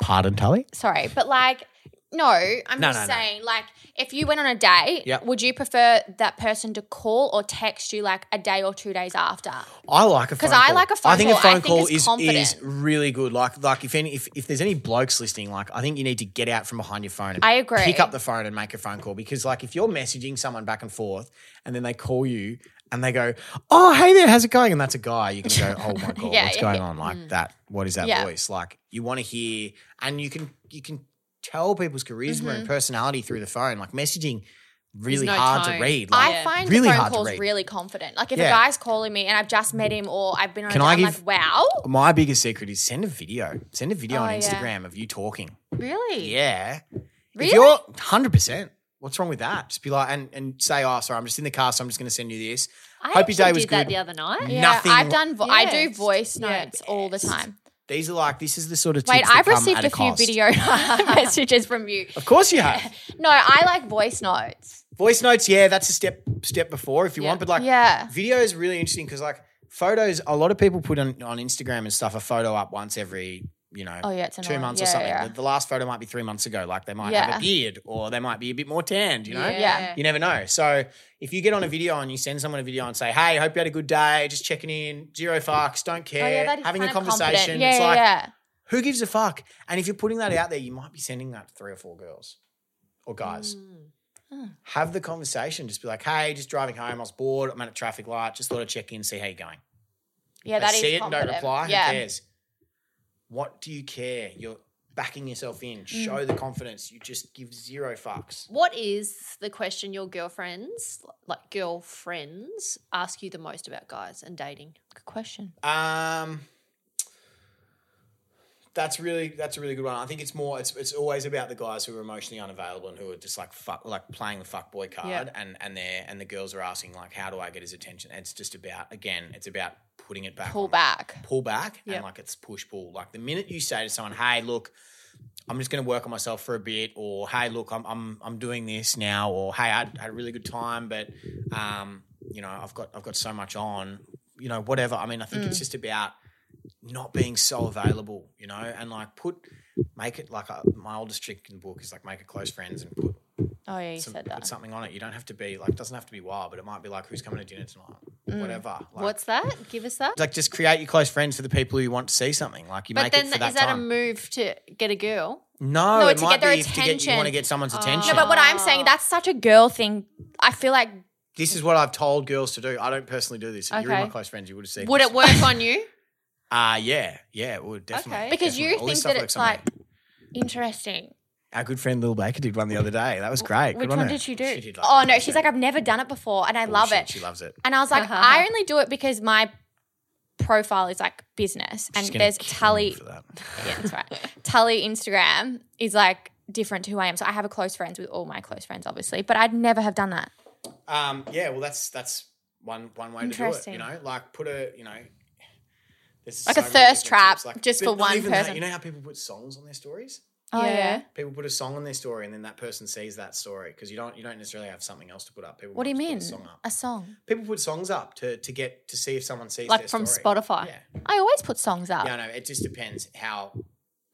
[SPEAKER 3] Pardon, Tully.
[SPEAKER 1] Sorry, but like, no, I'm
[SPEAKER 3] No,
[SPEAKER 1] just
[SPEAKER 3] no, no.
[SPEAKER 1] saying, like, if you went on a date,
[SPEAKER 3] Yep.
[SPEAKER 1] would you prefer that person to call or text you like a day or two days after?
[SPEAKER 3] I like a phone
[SPEAKER 1] 'Cause I
[SPEAKER 3] call.
[SPEAKER 1] like a phone
[SPEAKER 3] I think
[SPEAKER 1] call.
[SPEAKER 3] a
[SPEAKER 1] I
[SPEAKER 3] phone
[SPEAKER 1] think
[SPEAKER 3] call
[SPEAKER 1] it's
[SPEAKER 3] is is
[SPEAKER 1] confident.
[SPEAKER 3] really good. Like like if any if, if there's any blokes listening, like I think you need to get out from behind your phone. And
[SPEAKER 1] I agree.
[SPEAKER 3] Pick up the phone and make a phone call because like if you're messaging someone back and forth and then they call you and they go, "Oh hey there, how's it going?" and that's a guy, you're gonna go, "Oh my god,
[SPEAKER 1] Yeah, yeah,
[SPEAKER 3] what's
[SPEAKER 1] Mm.
[SPEAKER 3] going on?" Like that. What is that
[SPEAKER 1] Yeah.
[SPEAKER 3] voice? Like you want to hear, and you can you can tell people's charisma
[SPEAKER 1] Mm-hmm.
[SPEAKER 3] and personality through the phone. Like messaging, really
[SPEAKER 2] no
[SPEAKER 3] hard
[SPEAKER 2] tone.
[SPEAKER 3] to read. Like,
[SPEAKER 1] I find the
[SPEAKER 3] really
[SPEAKER 1] phone
[SPEAKER 3] hard to
[SPEAKER 1] calls
[SPEAKER 3] read.
[SPEAKER 1] really confident. Like, if a
[SPEAKER 3] Yeah.
[SPEAKER 1] guy's calling me and I've just met him or I've been on
[SPEAKER 3] Can
[SPEAKER 1] a
[SPEAKER 3] I
[SPEAKER 1] date, I'm
[SPEAKER 3] give-
[SPEAKER 1] like, wow.
[SPEAKER 3] My biggest secret is send a video. Send a video on
[SPEAKER 1] Oh, yeah.
[SPEAKER 3] Instagram of you talking.
[SPEAKER 2] really?
[SPEAKER 3] Yeah. If
[SPEAKER 1] Really?
[SPEAKER 3] you're 100%. What's wrong with that? Just be like, and, and say, oh, sorry, I'm just in the car, so I'm just going to send you this.
[SPEAKER 2] I
[SPEAKER 3] Hope your day
[SPEAKER 2] actually
[SPEAKER 3] was
[SPEAKER 2] did that
[SPEAKER 3] good.
[SPEAKER 2] the other night.
[SPEAKER 1] Yeah,
[SPEAKER 3] Nothing.
[SPEAKER 1] I've done. Vo- I do
[SPEAKER 2] Yes.
[SPEAKER 1] voice
[SPEAKER 2] Yeah.
[SPEAKER 1] notes all the time.
[SPEAKER 3] These are like, this is the sort of tips
[SPEAKER 1] Wait,
[SPEAKER 3] that
[SPEAKER 1] I've
[SPEAKER 3] come
[SPEAKER 1] received
[SPEAKER 3] at
[SPEAKER 1] a few
[SPEAKER 3] cost.
[SPEAKER 1] video messages from you.
[SPEAKER 3] Of course you have.
[SPEAKER 1] No, I like voice notes.
[SPEAKER 3] Voice notes, yeah, that's a step step before if you want, but like,
[SPEAKER 1] Yeah.
[SPEAKER 3] video is really interesting because like photos, a lot of people put on, on Instagram and stuff a photo up once every, you know,
[SPEAKER 1] Oh, yeah, it's
[SPEAKER 3] two
[SPEAKER 1] annoying.
[SPEAKER 3] months
[SPEAKER 1] Yeah,
[SPEAKER 3] or something.
[SPEAKER 1] yeah.
[SPEAKER 3] The, the last photo might be three months ago. Like they might have
[SPEAKER 1] Yeah.
[SPEAKER 3] a beard or they might be a bit more tanned, you know?
[SPEAKER 1] Yeah.
[SPEAKER 3] You never know. So if you get on a video and you send someone a video and say, "Hey, hope you had a good day. Just checking in. Zero fucks. Don't care.
[SPEAKER 1] Oh, that is
[SPEAKER 3] Having a
[SPEAKER 1] kind of
[SPEAKER 3] conversation.
[SPEAKER 1] confident. Yeah,
[SPEAKER 3] it's
[SPEAKER 1] yeah,
[SPEAKER 3] like,
[SPEAKER 1] yeah.
[SPEAKER 3] who gives a fuck? And if you're putting that out there, you might be sending that to three or four girls or guys.
[SPEAKER 1] Mm.
[SPEAKER 3] Have the conversation. Just be like, "Hey, just driving home. I was bored. I'm at a traffic light. Just thought I'd check in, see how you're going."
[SPEAKER 1] Yeah,
[SPEAKER 3] They
[SPEAKER 1] that is
[SPEAKER 3] see it and
[SPEAKER 1] confident.
[SPEAKER 3] don't reply. Who
[SPEAKER 1] Yeah.
[SPEAKER 3] cares? What do you care? You're backing yourself in.
[SPEAKER 1] Mm.
[SPEAKER 3] Show the confidence. You just give zero fucks.
[SPEAKER 2] What is the question your girlfriends, like girlfriends, ask you the most about guys and dating?
[SPEAKER 1] Good question.
[SPEAKER 3] Um, that's really that's a really good one. I think it's more it's it's always about the guys who are emotionally unavailable and who are just like fuck like playing the fuck boy card
[SPEAKER 2] Yeah.
[SPEAKER 3] and and they are and the girls are asking like how do I get his attention? It's just about again it's about putting it back
[SPEAKER 1] Pull
[SPEAKER 3] on-
[SPEAKER 1] back.
[SPEAKER 3] pull back
[SPEAKER 2] Yep.
[SPEAKER 3] and like it's push pull. Like the minute you say to someone, "Hey, look, I'm just going to work on myself for a bit," or "Hey, look, I'm I'm I'm doing this now," or "Hey, I had a really good time, but um, you know, I've got I've got so much on, you know, whatever." I mean, I think
[SPEAKER 1] Mm.
[SPEAKER 3] it's just about not being so available, you know, and like put make it like a, my oldest trick in the book is like make a close friends and put
[SPEAKER 1] Oh yeah, you
[SPEAKER 3] some,
[SPEAKER 1] said
[SPEAKER 3] put
[SPEAKER 1] that.
[SPEAKER 3] something on it. You don't have to be like doesn't have to be wild, but it might be like who's coming to dinner tonight,
[SPEAKER 1] Mm.
[SPEAKER 3] whatever. Like,
[SPEAKER 2] What's that? Give us that.
[SPEAKER 3] like just create your close friends for the people who want to see something. Like you
[SPEAKER 2] But
[SPEAKER 3] make
[SPEAKER 2] then
[SPEAKER 3] it for
[SPEAKER 2] is
[SPEAKER 3] that
[SPEAKER 2] that a
[SPEAKER 3] time.
[SPEAKER 2] move to get a girl?
[SPEAKER 3] no,
[SPEAKER 1] No,
[SPEAKER 3] it
[SPEAKER 1] to
[SPEAKER 3] might
[SPEAKER 1] get their
[SPEAKER 3] be if to get, you want to
[SPEAKER 1] attention. Oh.
[SPEAKER 3] get someone's attention.
[SPEAKER 1] No, but what I'm saying, that's such a girl thing. I feel like
[SPEAKER 3] this is what I've told girls to do. I don't personally do this. If you were
[SPEAKER 1] Okay.
[SPEAKER 3] my close friends, you would have seen.
[SPEAKER 2] Would
[SPEAKER 3] this.
[SPEAKER 2] it work on you?
[SPEAKER 3] Ah, yeah, yeah, it would definitely.
[SPEAKER 2] Okay.
[SPEAKER 1] because
[SPEAKER 3] definitely.
[SPEAKER 1] you
[SPEAKER 3] All this
[SPEAKER 1] think
[SPEAKER 3] stuff
[SPEAKER 1] that
[SPEAKER 3] works
[SPEAKER 1] it's
[SPEAKER 3] on me.
[SPEAKER 1] like interesting.
[SPEAKER 3] our good friend Lil Baker did one the other day. That was great.
[SPEAKER 1] Which
[SPEAKER 3] Good on
[SPEAKER 1] one
[SPEAKER 3] her.
[SPEAKER 1] did she do?
[SPEAKER 3] She did like
[SPEAKER 1] oh
[SPEAKER 3] that.
[SPEAKER 1] no, she's like I've never done it before, and I love
[SPEAKER 3] Bullshit.
[SPEAKER 1] it.
[SPEAKER 3] She loves it.
[SPEAKER 1] And I was like, I only do it because my profile is like business, and
[SPEAKER 3] She's gonna
[SPEAKER 1] there's
[SPEAKER 3] kill
[SPEAKER 1] Tully.
[SPEAKER 3] me for that.
[SPEAKER 1] Yeah, that's right. Tully Instagram is like different to who I am. So I have a close friends with all my close friends, obviously, but I'd never have done that.
[SPEAKER 3] Um, yeah, well, that's that's one one way to do it.
[SPEAKER 1] Interesting.
[SPEAKER 3] You know, like put a you know, there's
[SPEAKER 1] Like a
[SPEAKER 3] so many
[SPEAKER 1] thirst
[SPEAKER 3] different
[SPEAKER 1] trap
[SPEAKER 3] tips.
[SPEAKER 1] just
[SPEAKER 3] but
[SPEAKER 1] for
[SPEAKER 3] not
[SPEAKER 1] one
[SPEAKER 3] even that.
[SPEAKER 1] person.
[SPEAKER 3] You know how people put songs on their stories?
[SPEAKER 1] Oh yeah.
[SPEAKER 3] People put a song on their story, and then that person sees that story because you don't you don't necessarily have something else to put up. People
[SPEAKER 1] What do you
[SPEAKER 3] might
[SPEAKER 1] mean?
[SPEAKER 3] just put a song up.
[SPEAKER 1] A song.
[SPEAKER 3] People put songs up to to get to see if someone sees
[SPEAKER 2] Like
[SPEAKER 3] their
[SPEAKER 2] from
[SPEAKER 3] story.
[SPEAKER 2] Spotify.
[SPEAKER 3] Yeah,
[SPEAKER 1] I always put songs up.
[SPEAKER 3] yeah, no, it just depends how.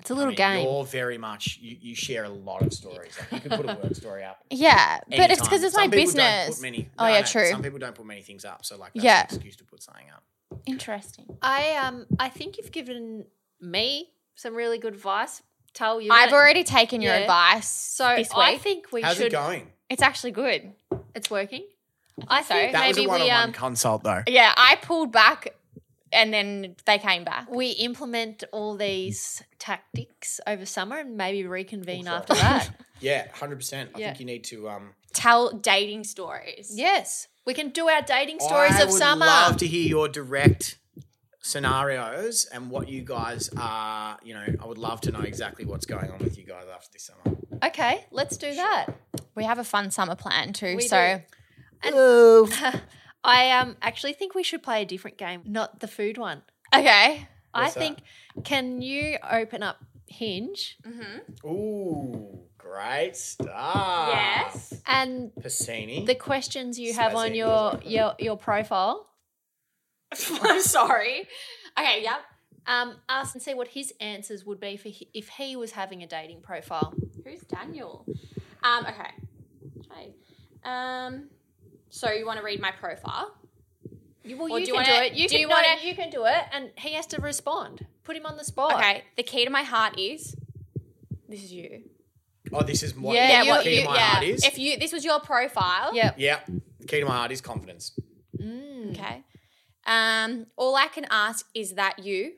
[SPEAKER 2] It's a little
[SPEAKER 3] I mean,
[SPEAKER 2] game.
[SPEAKER 3] You're very much you, you share a lot of stories. Like you could put a word story up.
[SPEAKER 1] Yeah, but it's
[SPEAKER 3] anytime.
[SPEAKER 1] because it's
[SPEAKER 3] Some
[SPEAKER 1] my
[SPEAKER 3] people don't
[SPEAKER 1] business.
[SPEAKER 3] put many-
[SPEAKER 1] oh
[SPEAKER 3] no,
[SPEAKER 1] yeah,
[SPEAKER 3] no,
[SPEAKER 1] true.
[SPEAKER 3] Some people don't put many things up, so like that's
[SPEAKER 1] Yeah.
[SPEAKER 3] an excuse to put something up.
[SPEAKER 1] Interesting.
[SPEAKER 2] I um I think you've given me some really good advice. Tell you
[SPEAKER 1] I've already taken your
[SPEAKER 2] Yeah.
[SPEAKER 1] advice.
[SPEAKER 2] so
[SPEAKER 1] So this week.
[SPEAKER 2] I think we
[SPEAKER 3] How's
[SPEAKER 2] should
[SPEAKER 3] it going?
[SPEAKER 1] it's actually good.
[SPEAKER 2] it's working. I
[SPEAKER 1] so.
[SPEAKER 2] think
[SPEAKER 3] That was a
[SPEAKER 2] maybe we
[SPEAKER 3] one-on-one
[SPEAKER 2] um
[SPEAKER 3] consult, though.
[SPEAKER 1] Yeah, I pulled back and then they came back.
[SPEAKER 2] We implement all these tactics over summer and maybe reconvene after that.
[SPEAKER 3] Yeah, hundred percent. I
[SPEAKER 2] Yeah.
[SPEAKER 3] think you need to. Um,
[SPEAKER 1] Tell dating stories.
[SPEAKER 2] yes, we can do our dating stories
[SPEAKER 3] I
[SPEAKER 2] of
[SPEAKER 3] would
[SPEAKER 2] summer.
[SPEAKER 3] love to hear your direct scenarios and what you guys are. You know, I would love to know exactly what's going on with you guys after this summer.
[SPEAKER 2] okay, let's do that.
[SPEAKER 1] We have a fun summer plan too.
[SPEAKER 2] We
[SPEAKER 1] so
[SPEAKER 2] I um actually think we should play a different game, not the food one.
[SPEAKER 1] okay.
[SPEAKER 3] What's
[SPEAKER 2] I think can you open up Hinge
[SPEAKER 3] Mm-hmm. Ooh, great stuff.
[SPEAKER 2] and
[SPEAKER 3] Pacini.
[SPEAKER 2] the questions you have on
[SPEAKER 3] Snazzy.
[SPEAKER 2] your your your profile?
[SPEAKER 1] I'm sorry. Okay. Yep.
[SPEAKER 2] Um, ask and see what his answers would be for he, if he was having a dating profile.
[SPEAKER 1] Who's Daniel? Um. Okay. Okay. Um. So you want to read my profile?
[SPEAKER 2] You, well,
[SPEAKER 1] Or
[SPEAKER 2] you
[SPEAKER 1] do
[SPEAKER 2] can
[SPEAKER 1] you
[SPEAKER 2] do
[SPEAKER 1] wanna-
[SPEAKER 2] it. You
[SPEAKER 1] do
[SPEAKER 2] can
[SPEAKER 1] you
[SPEAKER 2] no,
[SPEAKER 1] wanna-
[SPEAKER 2] You can do it, and he has to respond. Put him on the spot.
[SPEAKER 1] Okay. The key to my heart is. This is you.
[SPEAKER 3] oh, this is what,
[SPEAKER 2] Yeah,
[SPEAKER 3] the
[SPEAKER 2] you-
[SPEAKER 3] key to
[SPEAKER 1] you-
[SPEAKER 3] my heart is.
[SPEAKER 1] If you this was your profile.
[SPEAKER 2] Yep.
[SPEAKER 3] yeah, the key to my heart is confidence.
[SPEAKER 1] Okay. Um. All I can ask is that you.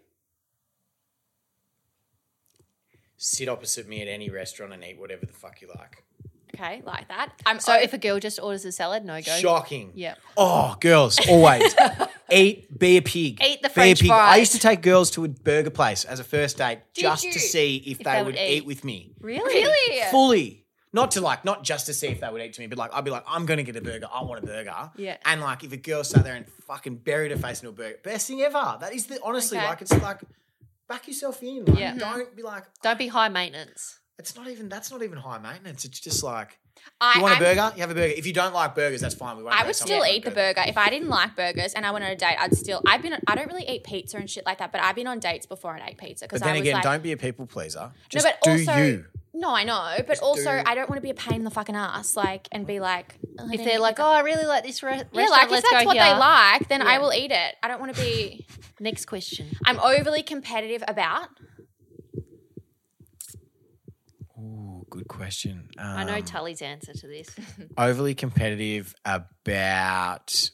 [SPEAKER 3] Sit opposite me at any restaurant and eat whatever the fuck you like.
[SPEAKER 1] Okay. Like that. I'm
[SPEAKER 2] So if a girl just orders a salad, no go.
[SPEAKER 3] Shocking.
[SPEAKER 2] Yep.
[SPEAKER 3] Oh, girls, always eat, be a pig.
[SPEAKER 2] Eat the
[SPEAKER 3] Be a
[SPEAKER 2] French
[SPEAKER 3] pig. I
[SPEAKER 2] fries.
[SPEAKER 3] used to take girls to a burger place as a first date just
[SPEAKER 1] you?
[SPEAKER 3] to see if, they, would eat. with me.
[SPEAKER 2] Really?
[SPEAKER 1] really.
[SPEAKER 3] Fully. Not to like, not just to see if they would eat to me, but like, I'd be like, I'm going to get a burger. I want a burger.
[SPEAKER 2] Yeah.
[SPEAKER 3] And like, if a girl sat there and fucking buried her face into a burger, best thing ever. That is the, honestly,
[SPEAKER 2] Okay.
[SPEAKER 3] like, it's like, back yourself in. Like,
[SPEAKER 2] Yeah.
[SPEAKER 3] Don't be like,
[SPEAKER 2] Don't be high maintenance.
[SPEAKER 3] it's not even, that's not even high maintenance. It's just like,
[SPEAKER 1] I,
[SPEAKER 3] you want
[SPEAKER 1] I'm-
[SPEAKER 3] a burger? You have a burger. If you don't like burgers, that's fine. We won't
[SPEAKER 1] I
[SPEAKER 3] go
[SPEAKER 1] would
[SPEAKER 3] somewhere
[SPEAKER 1] still
[SPEAKER 3] for a
[SPEAKER 1] eat the burger if I didn't like burgers and I went on a date. I'd still. I've been. I don't really eat pizza and shit like that, but I've been on dates before and ate pizza because
[SPEAKER 3] But then
[SPEAKER 1] I was
[SPEAKER 3] again,
[SPEAKER 1] like,
[SPEAKER 3] don't be a people pleaser.
[SPEAKER 1] No,
[SPEAKER 3] Just
[SPEAKER 1] but
[SPEAKER 3] do
[SPEAKER 1] also,
[SPEAKER 3] you.
[SPEAKER 1] no, I know, but also I don't want to be a pain in the fucking ass, like, and be like, "Oh, I
[SPEAKER 2] If
[SPEAKER 1] didn't
[SPEAKER 2] they're
[SPEAKER 1] eat
[SPEAKER 2] like,
[SPEAKER 1] that."
[SPEAKER 2] oh, I really like this re-
[SPEAKER 1] yeah,
[SPEAKER 2] restaurant,
[SPEAKER 1] like if
[SPEAKER 2] let's
[SPEAKER 1] that's
[SPEAKER 2] go
[SPEAKER 1] what
[SPEAKER 2] here.
[SPEAKER 1] they like, then I
[SPEAKER 2] Yeah.
[SPEAKER 1] will eat it. I don't want to be.
[SPEAKER 2] Next question.
[SPEAKER 1] I'm overly competitive about.
[SPEAKER 3] Ooh, good question. Uh,
[SPEAKER 2] I know Tully's answer to this.
[SPEAKER 3] overly competitive about.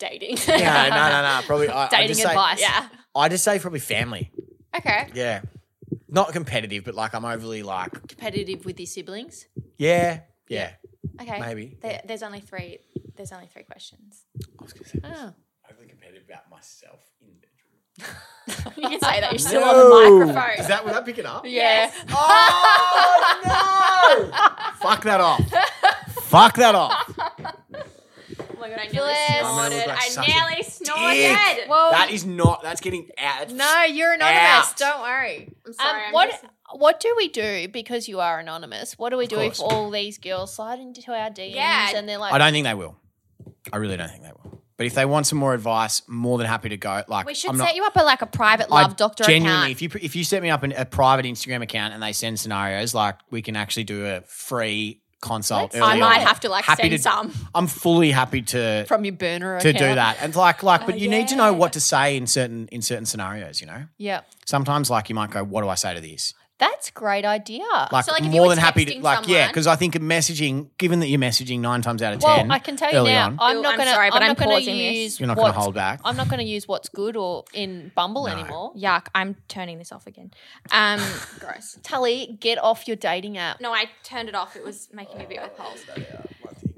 [SPEAKER 1] Dating.
[SPEAKER 3] Yeah, no, no, no. Probably I, I
[SPEAKER 2] Dating
[SPEAKER 3] just
[SPEAKER 2] advice.
[SPEAKER 3] Say,
[SPEAKER 1] Yeah.
[SPEAKER 3] I just say probably family.
[SPEAKER 1] Okay.
[SPEAKER 3] Yeah, not competitive, but like I'm overly like
[SPEAKER 2] Competitive with your siblings.
[SPEAKER 3] yeah, yeah.
[SPEAKER 1] Okay.
[SPEAKER 3] Maybe.
[SPEAKER 1] There, there's only three. There's only three questions.
[SPEAKER 3] I was gonna say
[SPEAKER 1] Ah.
[SPEAKER 2] Oh.
[SPEAKER 3] overly competitive about myself in the
[SPEAKER 1] You can say that. You're still
[SPEAKER 3] bedroom.
[SPEAKER 1] on the microphone.
[SPEAKER 3] Is that would that pick it up?
[SPEAKER 1] yeah.
[SPEAKER 3] Oh no! Fuck that off. Fuck that off.
[SPEAKER 1] Oh my god, I
[SPEAKER 2] Bliss.
[SPEAKER 3] I'm gonna
[SPEAKER 1] nearly
[SPEAKER 3] look
[SPEAKER 1] snorted.
[SPEAKER 3] like
[SPEAKER 1] Oh, I
[SPEAKER 3] such a
[SPEAKER 1] nearly
[SPEAKER 3] dick.
[SPEAKER 1] snorted.
[SPEAKER 2] Well,
[SPEAKER 3] That is not. That's getting out.
[SPEAKER 2] no, you're anonymous.
[SPEAKER 3] Out.
[SPEAKER 2] Don't worry. Um,
[SPEAKER 1] I'm sorry, I'm
[SPEAKER 2] what
[SPEAKER 1] just-
[SPEAKER 2] What do we do because you are anonymous? What do we do if
[SPEAKER 3] course.
[SPEAKER 2] all these girls slide into our DMs
[SPEAKER 1] Yeah.
[SPEAKER 2] and they're like,
[SPEAKER 3] I don't think they will. I really don't think they will. But if they want some more advice, more than happy to go. Like
[SPEAKER 1] We should
[SPEAKER 3] I'm
[SPEAKER 1] set
[SPEAKER 3] not,
[SPEAKER 1] you up a like a private
[SPEAKER 3] I
[SPEAKER 1] love doctor
[SPEAKER 3] genuinely,
[SPEAKER 1] account.
[SPEAKER 3] if you if you set me up an, a private Instagram account and they send scenarios, like we can actually do a free consult. early
[SPEAKER 1] I
[SPEAKER 3] on.
[SPEAKER 1] might have to like
[SPEAKER 3] Happy
[SPEAKER 1] send
[SPEAKER 3] to-
[SPEAKER 1] some.
[SPEAKER 3] I'm fully happy to
[SPEAKER 2] from your burner
[SPEAKER 3] to
[SPEAKER 2] account?
[SPEAKER 3] do that. And like like,
[SPEAKER 1] Oh,
[SPEAKER 3] but you need to know what to say in certain in certain scenarios. You know,
[SPEAKER 2] Yeah,
[SPEAKER 3] sometimes like you might go, "What do I say to this?"
[SPEAKER 2] that's a great idea.
[SPEAKER 3] Like,
[SPEAKER 1] So, like, if you were
[SPEAKER 3] more than happy to
[SPEAKER 1] texting
[SPEAKER 3] like yeah,
[SPEAKER 1] someone-
[SPEAKER 3] because I think messaging, given that you're messaging nine times out of
[SPEAKER 2] well,
[SPEAKER 3] ten,
[SPEAKER 2] I can tell you
[SPEAKER 3] early
[SPEAKER 2] now,
[SPEAKER 3] on,
[SPEAKER 2] I'm
[SPEAKER 1] Ooh,
[SPEAKER 2] not
[SPEAKER 1] I'm
[SPEAKER 2] going to.
[SPEAKER 1] sorry, but I'm
[SPEAKER 2] not going to
[SPEAKER 1] pausing this.
[SPEAKER 2] use.
[SPEAKER 3] you're not going to
[SPEAKER 2] what's-
[SPEAKER 3] hold back.
[SPEAKER 2] I'm not going to use what's good or in Bumble anymore.
[SPEAKER 1] Yuck, I'm turning this off again. Um, gross.
[SPEAKER 2] Tully, get off your dating app.
[SPEAKER 1] No, I turned it off. It was making me a bit repulsed.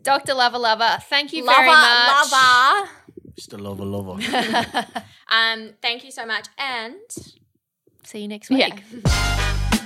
[SPEAKER 2] Dr. Lover Lover, thank you
[SPEAKER 1] Lover,
[SPEAKER 2] very much.
[SPEAKER 1] lover.
[SPEAKER 3] Just a lover, lover.
[SPEAKER 1] Um, thank you so much. And
[SPEAKER 2] See you next week.